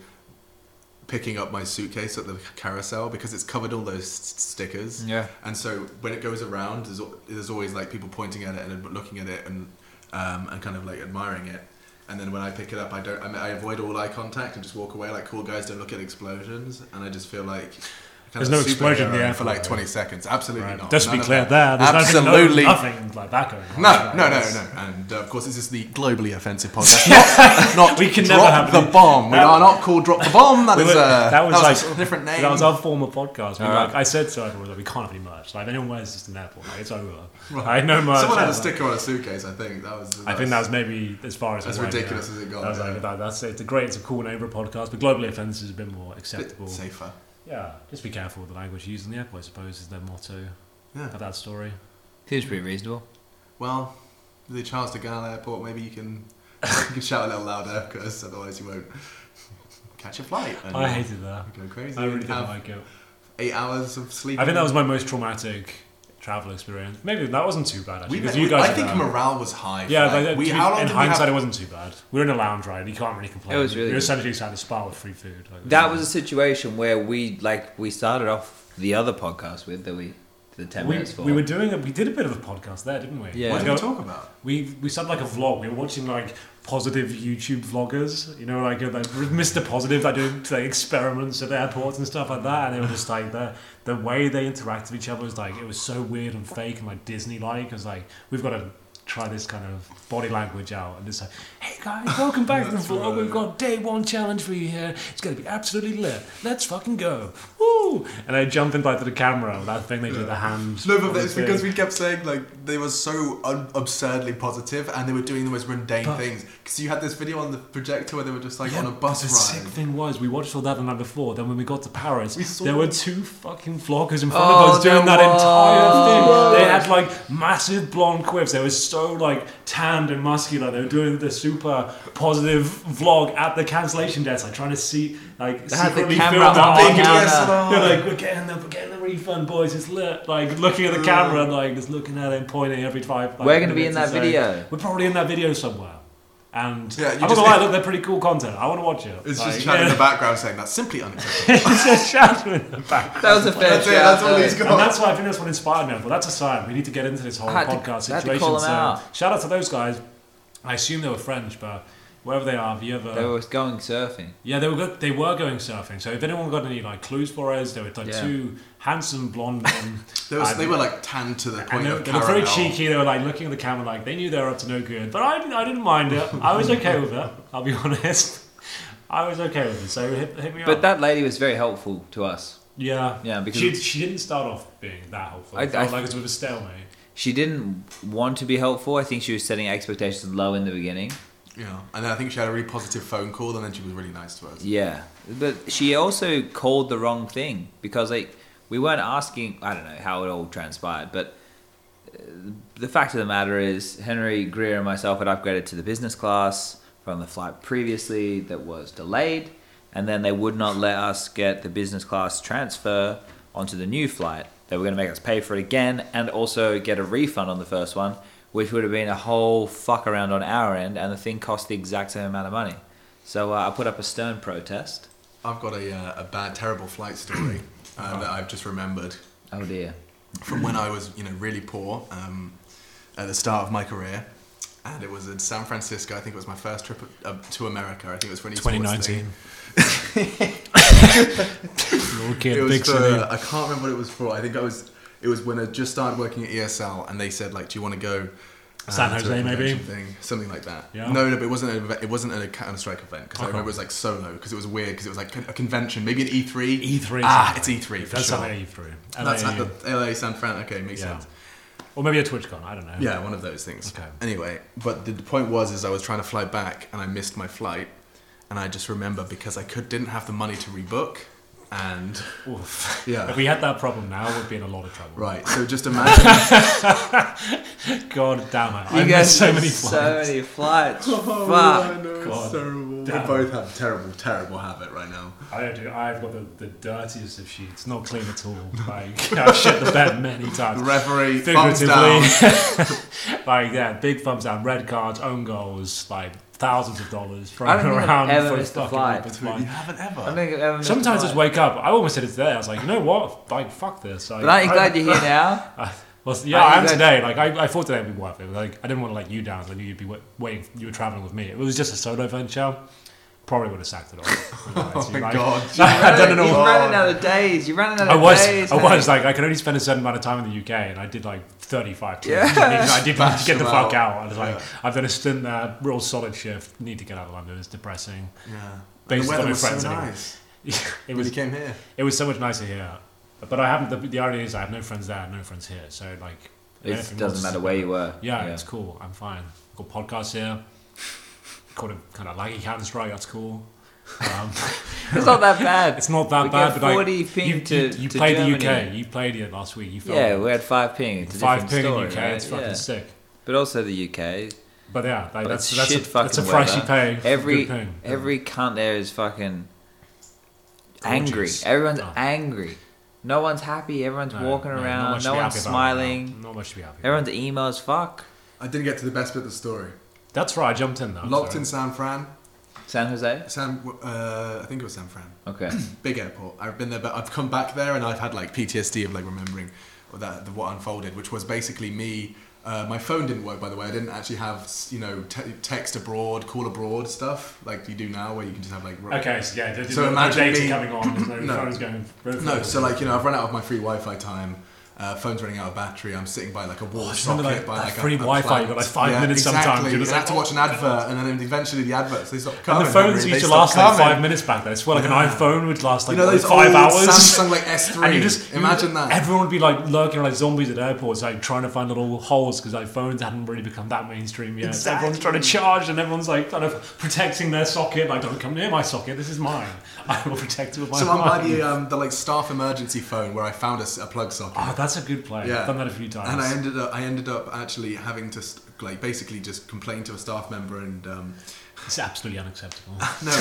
Speaker 4: picking up my suitcase at the carousel because it's covered all those s- stickers.
Speaker 3: Yeah.
Speaker 4: And so when it goes around, there's, al- there's always like people pointing at it and looking at it and um, and kind of like admiring it. And then when I pick it up, I don't. I, mean, I avoid all eye contact and just walk away. Like cool guys don't look at explosions, and I just feel like. kind
Speaker 2: There's
Speaker 4: of
Speaker 2: no
Speaker 4: a
Speaker 2: explosion in the
Speaker 4: superhero
Speaker 2: air
Speaker 4: for like 20 seconds. Absolutely
Speaker 2: Right.
Speaker 4: not.
Speaker 2: Just to
Speaker 4: None
Speaker 2: be
Speaker 4: of
Speaker 2: clear,
Speaker 4: that.
Speaker 2: there, there's
Speaker 4: Absolutely
Speaker 2: absolutely nothing like that going on.
Speaker 4: no,
Speaker 2: Right,
Speaker 4: no, no,
Speaker 2: that's-
Speaker 4: no. And uh, of course, this is the globally offensive podcast. Not, not
Speaker 2: We can
Speaker 4: drop
Speaker 2: never have
Speaker 4: the
Speaker 2: any-
Speaker 4: bomb. We
Speaker 2: that-
Speaker 4: are not called drop the bomb. That
Speaker 2: We
Speaker 4: is
Speaker 2: were-
Speaker 4: uh,
Speaker 2: that was like-
Speaker 4: a different name.
Speaker 2: That was our former podcast. We,
Speaker 3: All
Speaker 2: like,
Speaker 3: right.
Speaker 2: I said to everyone, like, we can't have any merch. Like, if anyone wears just an airport, like, it's over. I know merch.
Speaker 4: Someone had
Speaker 2: ever.
Speaker 4: a sticker on a suitcase. I think that was.
Speaker 2: I think that was maybe as far as
Speaker 4: As
Speaker 2: it went,
Speaker 4: ridiculous
Speaker 2: yeah.
Speaker 4: as it got,
Speaker 2: That was
Speaker 4: yeah.
Speaker 2: like, that, that's it's a great, it's a cool neighbor podcast, but globally offensive is a bit more
Speaker 4: bit
Speaker 2: acceptable.
Speaker 4: safer.
Speaker 2: Yeah, just be careful with the language you use in the airport. I suppose is their motto
Speaker 4: Yeah.
Speaker 2: of that story.
Speaker 3: Seems pretty reasonable.
Speaker 4: Well, the Charles de Gaulle Airport. Maybe you can you can shout a little louder because otherwise you won't catch a flight. And
Speaker 2: I hated that.
Speaker 4: Go crazy.
Speaker 2: I really
Speaker 4: and have
Speaker 2: didn't like it.
Speaker 4: eight hours of sleep.
Speaker 2: I think that was my most traumatic travel experience. Maybe that wasn't too bad actually
Speaker 4: We,
Speaker 2: because
Speaker 4: we-
Speaker 2: you guys.
Speaker 4: I
Speaker 2: were
Speaker 4: think
Speaker 2: there.
Speaker 4: morale was high. for
Speaker 2: Yeah,
Speaker 4: that.
Speaker 2: but uh,
Speaker 4: we,
Speaker 2: to be-
Speaker 4: how long
Speaker 2: in
Speaker 4: did we have
Speaker 2: hindsight, it wasn't too bad. We were in a lounge ride. You can't really complain.
Speaker 3: It was really
Speaker 2: We were
Speaker 3: good.
Speaker 2: essentially just at a spa with free food. Like,
Speaker 3: That was a situation where we like we started off the other podcast with that we the 10
Speaker 2: We,
Speaker 3: minutes for.
Speaker 2: we were doing it. We did a bit of a podcast there, didn't we?
Speaker 3: Yeah.
Speaker 4: What
Speaker 2: We,
Speaker 4: did we talk about?
Speaker 2: we we started like a vlog. We were watching like positive YouTube vloggers. You know, like, uh, like Mr. Positive. Like doing like experiments at airports and stuff like that. And they were just like the the way they interacted with each other was like it was so weird and fake and like Disney like. It was like we've got to try this kind of body language out and just like hey guys welcome back to the
Speaker 4: That's
Speaker 2: vlog
Speaker 4: right.
Speaker 2: we've got day one challenge for you here it's gonna be absolutely lit let's fucking go Woo! and they jump in like to the camera that thing they do the hand
Speaker 4: No, but
Speaker 2: on the
Speaker 4: it's because
Speaker 2: thing.
Speaker 4: we kept saying like they were so un- absurdly positive, and they were doing the most mundane things. Because you had this video on the projector where they were just like on a bus
Speaker 2: the
Speaker 4: ride.
Speaker 2: sick thing was, we watched all that the night before. Then when we got to Paris,
Speaker 4: We saw
Speaker 2: there
Speaker 4: them.
Speaker 2: were two fucking vloggers in front
Speaker 3: Oh,
Speaker 2: of us doing
Speaker 3: there
Speaker 2: that entire
Speaker 3: was.
Speaker 2: thing. They had like massive blonde quips. They were so like tanned and muscular. They were doing the super positive vlog at the cancellation desk, like trying to see, like
Speaker 3: They had the
Speaker 2: secretly
Speaker 3: camera
Speaker 2: film
Speaker 3: on
Speaker 2: the
Speaker 4: Big
Speaker 3: now,
Speaker 2: audience.
Speaker 3: now.
Speaker 4: DSLR.
Speaker 2: They're Oh, like, we're getting the, we're getting the refund, boys. It's lit. Like looking at the camera and like just looking at it and pointing every five. like,
Speaker 3: We're gonna be in
Speaker 2: minutes
Speaker 3: that
Speaker 2: or so.
Speaker 3: video.
Speaker 2: We're probably in that video somewhere. And
Speaker 4: Yeah, you
Speaker 2: I'm not
Speaker 4: just-
Speaker 2: gonna lie, look, they're pretty cool content. I want to watch it.
Speaker 4: It's
Speaker 2: Like,
Speaker 4: just Chad in
Speaker 2: yeah.
Speaker 4: the background saying that's simply unacceptable.
Speaker 2: It's just shouting in the back.
Speaker 3: that was a fair
Speaker 4: that's it.
Speaker 3: shout,
Speaker 4: That's all
Speaker 3: though.
Speaker 4: he's
Speaker 2: And
Speaker 4: got.
Speaker 2: that's why I think that's what inspired me. Well, that's a sign. We need to get into this whole
Speaker 3: I had to-
Speaker 2: podcast
Speaker 3: I had to
Speaker 2: situation.
Speaker 3: call them
Speaker 2: so
Speaker 3: out.
Speaker 2: shout out to those guys. I assume they were French, but wherever they are, have you ever?
Speaker 3: They were going surfing.
Speaker 2: Yeah, they were go- they were going surfing. So if anyone got any like clues for us, there were like
Speaker 3: Yeah.
Speaker 2: two handsome blonde men.
Speaker 4: There was,
Speaker 2: and-
Speaker 4: they were like tanned to the point
Speaker 2: and they,
Speaker 4: of
Speaker 2: they were very
Speaker 4: caramel.
Speaker 2: cheeky. They were like looking at the camera, like they knew they were up to no good. But I didn't, I didn't mind it. I was okay with it. I'll be honest. I was okay with it. So hit, hit me up.
Speaker 3: But that lady was very helpful to us.
Speaker 2: yeah,
Speaker 3: Yeah, because-
Speaker 2: she, she didn't start off being that helpful.
Speaker 3: I-
Speaker 2: I, felt
Speaker 3: I-
Speaker 2: like it was a bit of a stalemate.
Speaker 3: She didn't want to be helpful. I think she was setting expectations low in the beginning.
Speaker 4: Yeah, and then I think she had a really positive phone call, and then she was really nice to us.
Speaker 3: Yeah, but she also called the wrong thing because like we weren't asking. I don't know how it all transpired, but uh, the fact of the matter is, Henry Greer and myself had upgraded to the business class from the flight previously that was delayed, and then they would not let us get the business class transfer onto the new flight. They were going to make us pay for it again and also get a refund on the first one, which would have been a whole fuck around on our end, and the thing cost the exact same amount of money. So uh, I put up a stern protest.
Speaker 4: I've got a, uh, a bad, terrible flight story uh, that I've just remembered.
Speaker 3: Oh dear.
Speaker 4: from when I was, you know, really poor um, at the start of my career. and it was in San Francisco. I think it was my first trip uh, to America. I think it was for an esports thing.
Speaker 2: 2019. Little kid,
Speaker 4: It
Speaker 2: big
Speaker 4: was for,
Speaker 2: city.
Speaker 4: I can't remember what it was for. I think I was. It was when I just started working at ESL, and they said like, "Do you want to go?" uh,
Speaker 2: San
Speaker 4: to a
Speaker 2: Jose, maybe?
Speaker 4: convention Thing, something like that.
Speaker 2: Yeah.
Speaker 4: No, no, but it wasn't. An, ev- it wasn't a Counter Strike event because I
Speaker 2: Okay.
Speaker 4: remember it was like solo because it was weird because it was like a convention, maybe an E three.
Speaker 2: E3.
Speaker 4: Ah, it's E three for
Speaker 2: That's
Speaker 4: sure.
Speaker 2: LA E3.
Speaker 4: That's
Speaker 2: LA,
Speaker 4: at the LA San Fran. Okay, makes
Speaker 2: yeah.
Speaker 4: sense.
Speaker 2: Or maybe a TwitchCon, I don't know.
Speaker 4: Yeah, one of those things.
Speaker 2: Okay.
Speaker 4: Anyway, but the, the point was is I was trying to fly back and I missed my flight, and I just remember because I could didn't have the money to rebook, and
Speaker 2: Oof.
Speaker 4: Yeah.
Speaker 2: If we had that problem now, we'd be in a lot of trouble.
Speaker 4: right. So just imagine.
Speaker 2: God damn it.
Speaker 3: You
Speaker 2: I
Speaker 3: guys uh,
Speaker 2: missed so many
Speaker 3: so
Speaker 2: flights. Oh,
Speaker 3: many flights.
Speaker 4: yeah,
Speaker 3: Fuck.
Speaker 4: I know, Oh, it's
Speaker 2: God
Speaker 4: terrible.
Speaker 2: damn.
Speaker 4: We both have terrible, terrible habit right now.
Speaker 2: I don't do. I've got the, the dirtiest of sheets. Not clean at all. Like I've shit the bed many times.
Speaker 4: The referee thumbs down.
Speaker 2: Figuratively, like yeah, big thumbs down, red cards, own goals, like thousands of dollars
Speaker 3: I don't
Speaker 2: thrown
Speaker 3: think I've
Speaker 2: around
Speaker 3: ever
Speaker 2: for
Speaker 3: missed a
Speaker 2: fucking
Speaker 3: flight.
Speaker 2: open
Speaker 4: Dude, you
Speaker 2: flight.
Speaker 4: haven't
Speaker 3: I don't
Speaker 4: ever.
Speaker 3: think I've ever missed a
Speaker 2: Sometimes I
Speaker 3: flight.
Speaker 2: just wake up. I almost said it's there. I was like, you know what? Like fuck this. Like,
Speaker 3: But aren't you
Speaker 2: I-
Speaker 3: glad you're here now?
Speaker 2: I- well, yeah,
Speaker 3: Aren't
Speaker 2: I
Speaker 3: you
Speaker 2: am
Speaker 3: glad-
Speaker 2: today. Like I, I thought today would be worth it. Like I didn't want to let you down. 'cause I knew you'd be wa- waiting. You were traveling with me. It was just a solo venture. Probably would have sacked it off.
Speaker 4: Oh my
Speaker 2: Like,
Speaker 4: god.
Speaker 2: I don't know
Speaker 3: You're
Speaker 2: what-
Speaker 3: running out of days. You're running out of
Speaker 2: I was,
Speaker 3: days.
Speaker 2: I
Speaker 3: mate.
Speaker 2: was like, I could only spend a certain amount of time in the UK, and I did like thirty-five. tours.
Speaker 3: Yeah.
Speaker 2: I did- I did need
Speaker 4: Bash
Speaker 2: to get the
Speaker 4: them
Speaker 2: fuck
Speaker 4: out.
Speaker 2: out. I was like,
Speaker 4: Yeah.
Speaker 2: I've done a stint there, real solid shift. Need to get out of London. It's depressing.
Speaker 4: Yeah.
Speaker 2: Based
Speaker 4: the
Speaker 2: on
Speaker 4: weather
Speaker 2: my
Speaker 4: was so
Speaker 2: friends anyway.
Speaker 4: nice.
Speaker 2: it
Speaker 4: When you
Speaker 2: was,
Speaker 4: came here.
Speaker 2: it was so much nicer here. But I haven't. The, the irony is, I have no friends there, no friends here. So like,
Speaker 3: It
Speaker 2: anything
Speaker 3: doesn't
Speaker 2: else-
Speaker 3: matter where you were.
Speaker 2: Yeah, it's cool. I'm fine. Got podcasts here. Got a kind of laggy counter strike. That's cool. Um,
Speaker 3: It's not that bad.
Speaker 2: it's not that
Speaker 3: We
Speaker 2: bad,
Speaker 3: get
Speaker 2: but like,
Speaker 3: 40
Speaker 2: you,
Speaker 3: ping
Speaker 2: you,
Speaker 3: to-
Speaker 2: you
Speaker 3: to
Speaker 2: played the
Speaker 3: Germany.
Speaker 2: UK. You played it last week. You filmed
Speaker 3: Yeah,
Speaker 2: it.
Speaker 3: we had five ping. It's a
Speaker 2: five
Speaker 3: different
Speaker 2: ping in
Speaker 3: story,
Speaker 2: UK,
Speaker 3: right?
Speaker 2: it's fucking
Speaker 3: Yeah.
Speaker 2: sick.
Speaker 3: But also the UK.
Speaker 2: But yeah, like,
Speaker 3: But
Speaker 2: that's
Speaker 3: it's
Speaker 2: that's
Speaker 3: shit
Speaker 2: a, that's a
Speaker 3: fucking
Speaker 2: price you
Speaker 3: weather.
Speaker 2: pay. for
Speaker 3: Every
Speaker 2: good ping.
Speaker 3: every cunt there is fucking angry.
Speaker 2: Gorgeous.
Speaker 3: Everyone's
Speaker 2: Oh.
Speaker 3: angry. No one's happy. Everyone's
Speaker 2: No,
Speaker 3: walking
Speaker 2: no, not
Speaker 3: around.
Speaker 2: much to
Speaker 3: No
Speaker 2: be
Speaker 3: one's
Speaker 2: happy about right now.
Speaker 3: smiling.
Speaker 2: Not much to be happy. About.
Speaker 3: Everyone's emo as fuck.
Speaker 4: I didn't get to the best bit of the story.
Speaker 2: That's right. I jumped in though.
Speaker 4: Locked
Speaker 2: sorry.
Speaker 4: in San Fran.
Speaker 3: San Jose.
Speaker 4: San, uh, I think it was San Fran.
Speaker 3: Okay.
Speaker 4: Big airport. I've been there, but I've come back there and I've had like PTSD of like remembering that what unfolded, which was basically me. Uh, my phone didn't work, by the way. I didn't actually have you know te- text abroad, call abroad stuff like you do now, where you can just have like ro-
Speaker 2: Okay, so yeah, there's
Speaker 4: So
Speaker 2: so no
Speaker 4: imagine
Speaker 2: data
Speaker 4: me-
Speaker 2: coming on. There's no,
Speaker 4: No.
Speaker 2: phones going.
Speaker 4: No, so like you know, I've run out of my free Wi-Fi time. Uh, phone's running out of battery. I'm sitting by like a wall
Speaker 2: just
Speaker 4: socket.
Speaker 2: Oh, remember, like,
Speaker 4: by
Speaker 2: that
Speaker 4: like a-
Speaker 2: free
Speaker 4: a
Speaker 2: Wi-Fi,
Speaker 4: plant.
Speaker 2: you've got, like, five minutes
Speaker 4: exactly.
Speaker 2: sometimes, you're
Speaker 4: You
Speaker 2: just
Speaker 4: have
Speaker 2: like, "Oh,
Speaker 4: to watch an advert, and then eventually the adverts they stop
Speaker 2: and
Speaker 4: coming.
Speaker 2: the phones
Speaker 4: Henry,
Speaker 2: used
Speaker 4: they
Speaker 2: to
Speaker 4: stop
Speaker 2: last like
Speaker 4: coming.
Speaker 2: five minutes back then. It's well, like
Speaker 4: Yeah.
Speaker 2: an iPhone would last like
Speaker 4: You know those
Speaker 2: five
Speaker 4: old
Speaker 2: hours.
Speaker 4: Samsung like S3.
Speaker 2: And you just
Speaker 4: imagine that.
Speaker 2: Everyone would be like lurking like zombies at airports, like trying to find little holes because like phones hadn't really become that mainstream yet. So everyone's trying to charge and everyone's like kind of protecting their socket. Like, don't come near my socket. This is mine. I will protect it with my.
Speaker 4: so I'm by
Speaker 2: mind."
Speaker 4: the um, the like staff emergency phone where I found a, s- a plug socket.
Speaker 2: Oh, that's a good play.
Speaker 4: Yeah.
Speaker 2: I've done that a few times.
Speaker 4: and I ended up, I ended up actually having to st- like basically just complain to a staff member and um,
Speaker 2: it's absolutely unacceptable.
Speaker 4: no,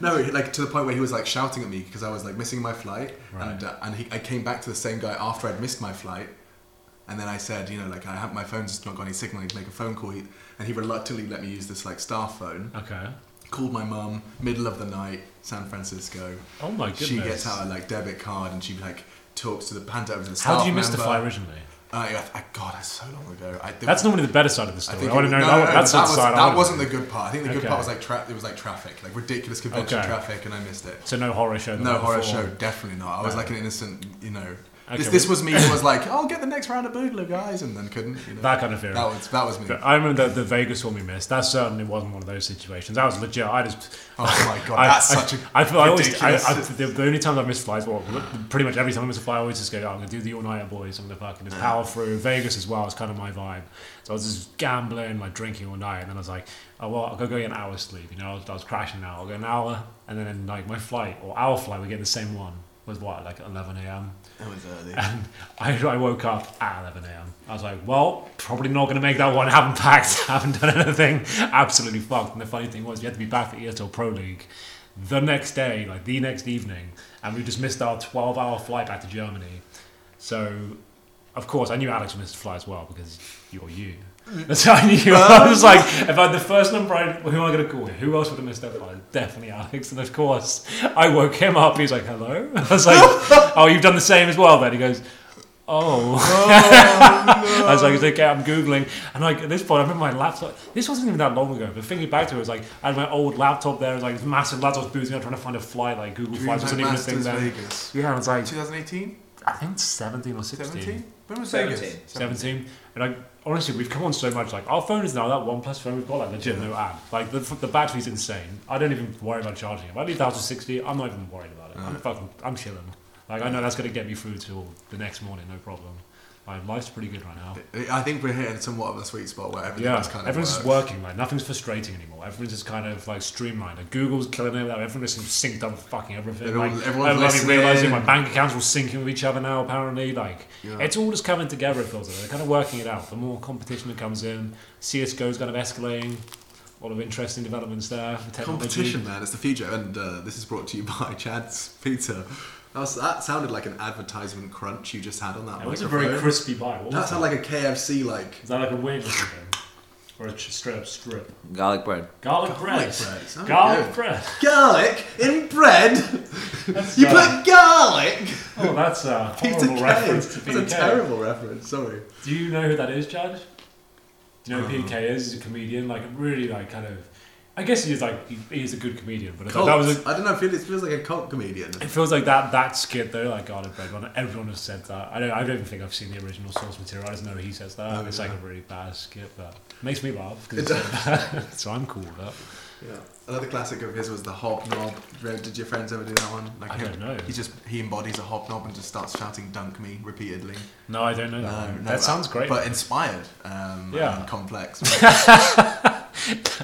Speaker 4: no, like to the point where he was like shouting at me because I was like missing my flight,
Speaker 2: Right.
Speaker 4: and uh, and he, I came back to the same guy after I'd missed my flight, and then I said, you know, like I have my phone's just not got any signal. I need to make a phone call, he, and he reluctantly let me use this like staff phone.
Speaker 2: okay.
Speaker 4: Called my mum, middle of the night, San Francisco.
Speaker 2: Oh my goodness.
Speaker 4: She gets out a like debit card and she like talks to the panda over to the
Speaker 2: How
Speaker 4: staff
Speaker 2: did you miss the
Speaker 4: member.
Speaker 2: fly originally?
Speaker 4: Uh, yeah, I, God, that's so long ago. I, there
Speaker 2: That's
Speaker 4: was-
Speaker 2: normally the better side of the
Speaker 4: I
Speaker 2: story. I,
Speaker 4: think
Speaker 2: want to know
Speaker 4: it- no,
Speaker 2: that,
Speaker 4: no, no,
Speaker 2: that's
Speaker 4: that
Speaker 2: the
Speaker 4: was,
Speaker 2: side. I
Speaker 4: That
Speaker 2: wanna
Speaker 4: wasn't
Speaker 2: know.
Speaker 4: the good part. I think the
Speaker 2: Okay.
Speaker 4: good part was like tra- it was like traffic, like ridiculous convention
Speaker 2: Okay.
Speaker 4: traffic, and I missed it.
Speaker 2: So no horror show. the
Speaker 4: No
Speaker 2: night
Speaker 4: horror
Speaker 2: before.
Speaker 4: show, definitely not. I was like an innocent, you know.
Speaker 2: Okay,
Speaker 4: this this
Speaker 2: well-
Speaker 4: was me who was like, I'll get the next round of Boogler, guys, and then couldn't. You know.
Speaker 2: That kind of era.
Speaker 4: that was that was me.
Speaker 2: But I remember the, the Vegas one we missed. That certainly wasn't one of those situations. That was legit. I just.
Speaker 4: Oh my god,
Speaker 2: I,
Speaker 4: that's
Speaker 2: I,
Speaker 4: such a
Speaker 2: I, feel- I always. I,
Speaker 4: ridiculous.
Speaker 2: I, the, the only times I've missed flies, well, pretty much every time I miss a fly, I always just go, oh, I'm going to do the all nighter boys. I'm going to fucking just power through. Vegas as well is kind of my vibe. So I was just gambling, like drinking all night. And then I was like, oh, well, I'll go get an hour's sleep. You know, I was, I was crashing now. I'll go an hour. And then, like, my flight, or our flight, we get the same one. Was what, like at 11 a.m.?
Speaker 4: That was early.
Speaker 2: And I, I woke up at 11 a.m. I was like, well, probably not going to make that one. haven't packed, haven't done anything. Absolutely fucked. And the funny thing was, you had to be back at ESL Pro League the next day, like the next evening, and we just missed our 12 hour flight back to Germany. So, of course, I knew Alex missed a fly as well because you're you. That's how I knew. I was like, if I had the first number, I, who am I going to call? Who else would have missed that flight? Definitely Alex. And of course, I woke him up. He's like, hello. I was like, oh, you've done the same as well then. He goes, oh.
Speaker 4: Oh,
Speaker 2: As I was like, I'm googling, and like at this point, I remember my laptop. This wasn't even that long ago, but thinking back to it, it was like I had my old laptop there. It was like this massive laptop booting up, trying to find a flight. Like Google Flights wasn't even a thing
Speaker 4: Masters
Speaker 2: then.
Speaker 4: Vegas.
Speaker 2: Yeah, it was like
Speaker 4: 2018?
Speaker 2: I think 17 or 16.
Speaker 4: 17? When was
Speaker 3: Seventeen.
Speaker 4: Vegas?
Speaker 2: 17. And like, honestly, we've come on so much. Like, our phone is now that one plus phone we've got, like, legit no ad. Like, the, the battery's insane. I don't even worry about charging it. If I need 1060, I'm not even worried about it. I'm fucking, I'm chilling. Like, I know that's going to get me through till the next morning, no problem. Like, life's pretty good right now.
Speaker 4: I think we're hitting somewhat of a sweet spot where everything
Speaker 2: Yeah,
Speaker 4: is kind of uh,
Speaker 2: everyone's
Speaker 4: works.
Speaker 2: just working, like, nothing's frustrating anymore. Everyone's just kind of, like, streamlined. Like, Google's killing it. Like, everyone's just synced up with fucking everything.
Speaker 4: They're all-
Speaker 2: Like,
Speaker 4: everyone's
Speaker 2: I'm only realizing
Speaker 4: listening.
Speaker 2: my bank accounts are all syncing with each other now, apparently. Like,
Speaker 4: Yeah.
Speaker 2: it's all just coming together, it feels like. They're kind of working it out. The more competition that comes in, CSGO's kind of escalating. A lot of interesting developments there. for technology.
Speaker 4: Competition, man, it's the future, and uh, this is brought to you by Chad's Pizza. That, was, that sounded like an advertisement crunch you just had on that.
Speaker 2: That was a
Speaker 4: microphone.
Speaker 2: very crispy bite. What
Speaker 4: That
Speaker 2: was that?
Speaker 4: sounded like a KFC like
Speaker 2: Is that like a wing or something? Or a ch- straight up strip?
Speaker 3: Garlic bread.
Speaker 2: Garlic,
Speaker 4: garlic
Speaker 2: bread.
Speaker 4: bread. Sounded
Speaker 2: Garlic
Speaker 4: good.
Speaker 2: bread.
Speaker 4: garlic in bread.
Speaker 2: That's,
Speaker 4: You
Speaker 2: uh,
Speaker 4: put garlic.
Speaker 2: oh, that's a
Speaker 4: Peter
Speaker 2: horrible
Speaker 4: Kay.
Speaker 2: reference
Speaker 4: That's
Speaker 2: to
Speaker 4: a
Speaker 2: PK.
Speaker 4: terrible reference. Sorry.
Speaker 2: Do you know who that is, Chad? Do you know who PK is? He's a comedian, like really, like kind of. I guess he's like he, he's a good comedian, but
Speaker 4: Cult.
Speaker 2: that was. A,
Speaker 4: I don't know. I feel it feels like a cult comedian.
Speaker 2: it feels like that that skit though, like Garlic Bread Run. Everyone has said that. I don't. I don't even think I've seen the original source material. I just know he says that.
Speaker 4: Oh,
Speaker 2: it's like a really bad skit, but it makes me laugh. 'cause
Speaker 4: It
Speaker 2: it's so, bad. so I'm cool with that.
Speaker 4: Yeah. Another classic of his was the hobnob. Did your friends ever do that one? Like
Speaker 2: I
Speaker 4: him,
Speaker 2: don't know.
Speaker 4: He just he embodies a hobnob and just starts shouting "dunk me" repeatedly.
Speaker 2: No, I don't know. that.
Speaker 4: No,
Speaker 2: one.
Speaker 4: no,
Speaker 2: Oh,
Speaker 4: uh,
Speaker 2: that sounds great.
Speaker 4: But inspired. Um,
Speaker 2: Yeah.
Speaker 4: And complex.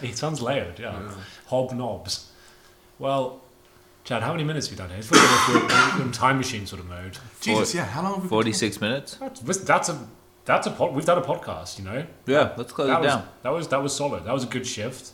Speaker 2: it sounds layered. Yeah.
Speaker 4: Yeah.
Speaker 2: Hobnobs. Well, Chad, how many minutes have we done here? It's like we're- we're in time machine sort of mode.
Speaker 4: Jesus. Yeah. How long have we? been
Speaker 3: Forty-six minutes.
Speaker 2: That's that's a that's a pod, we've done a podcast, you know.
Speaker 3: Yeah, let's close
Speaker 2: That
Speaker 3: it
Speaker 2: was,
Speaker 3: Oh, down.
Speaker 2: that was that was solid. That was a good shift.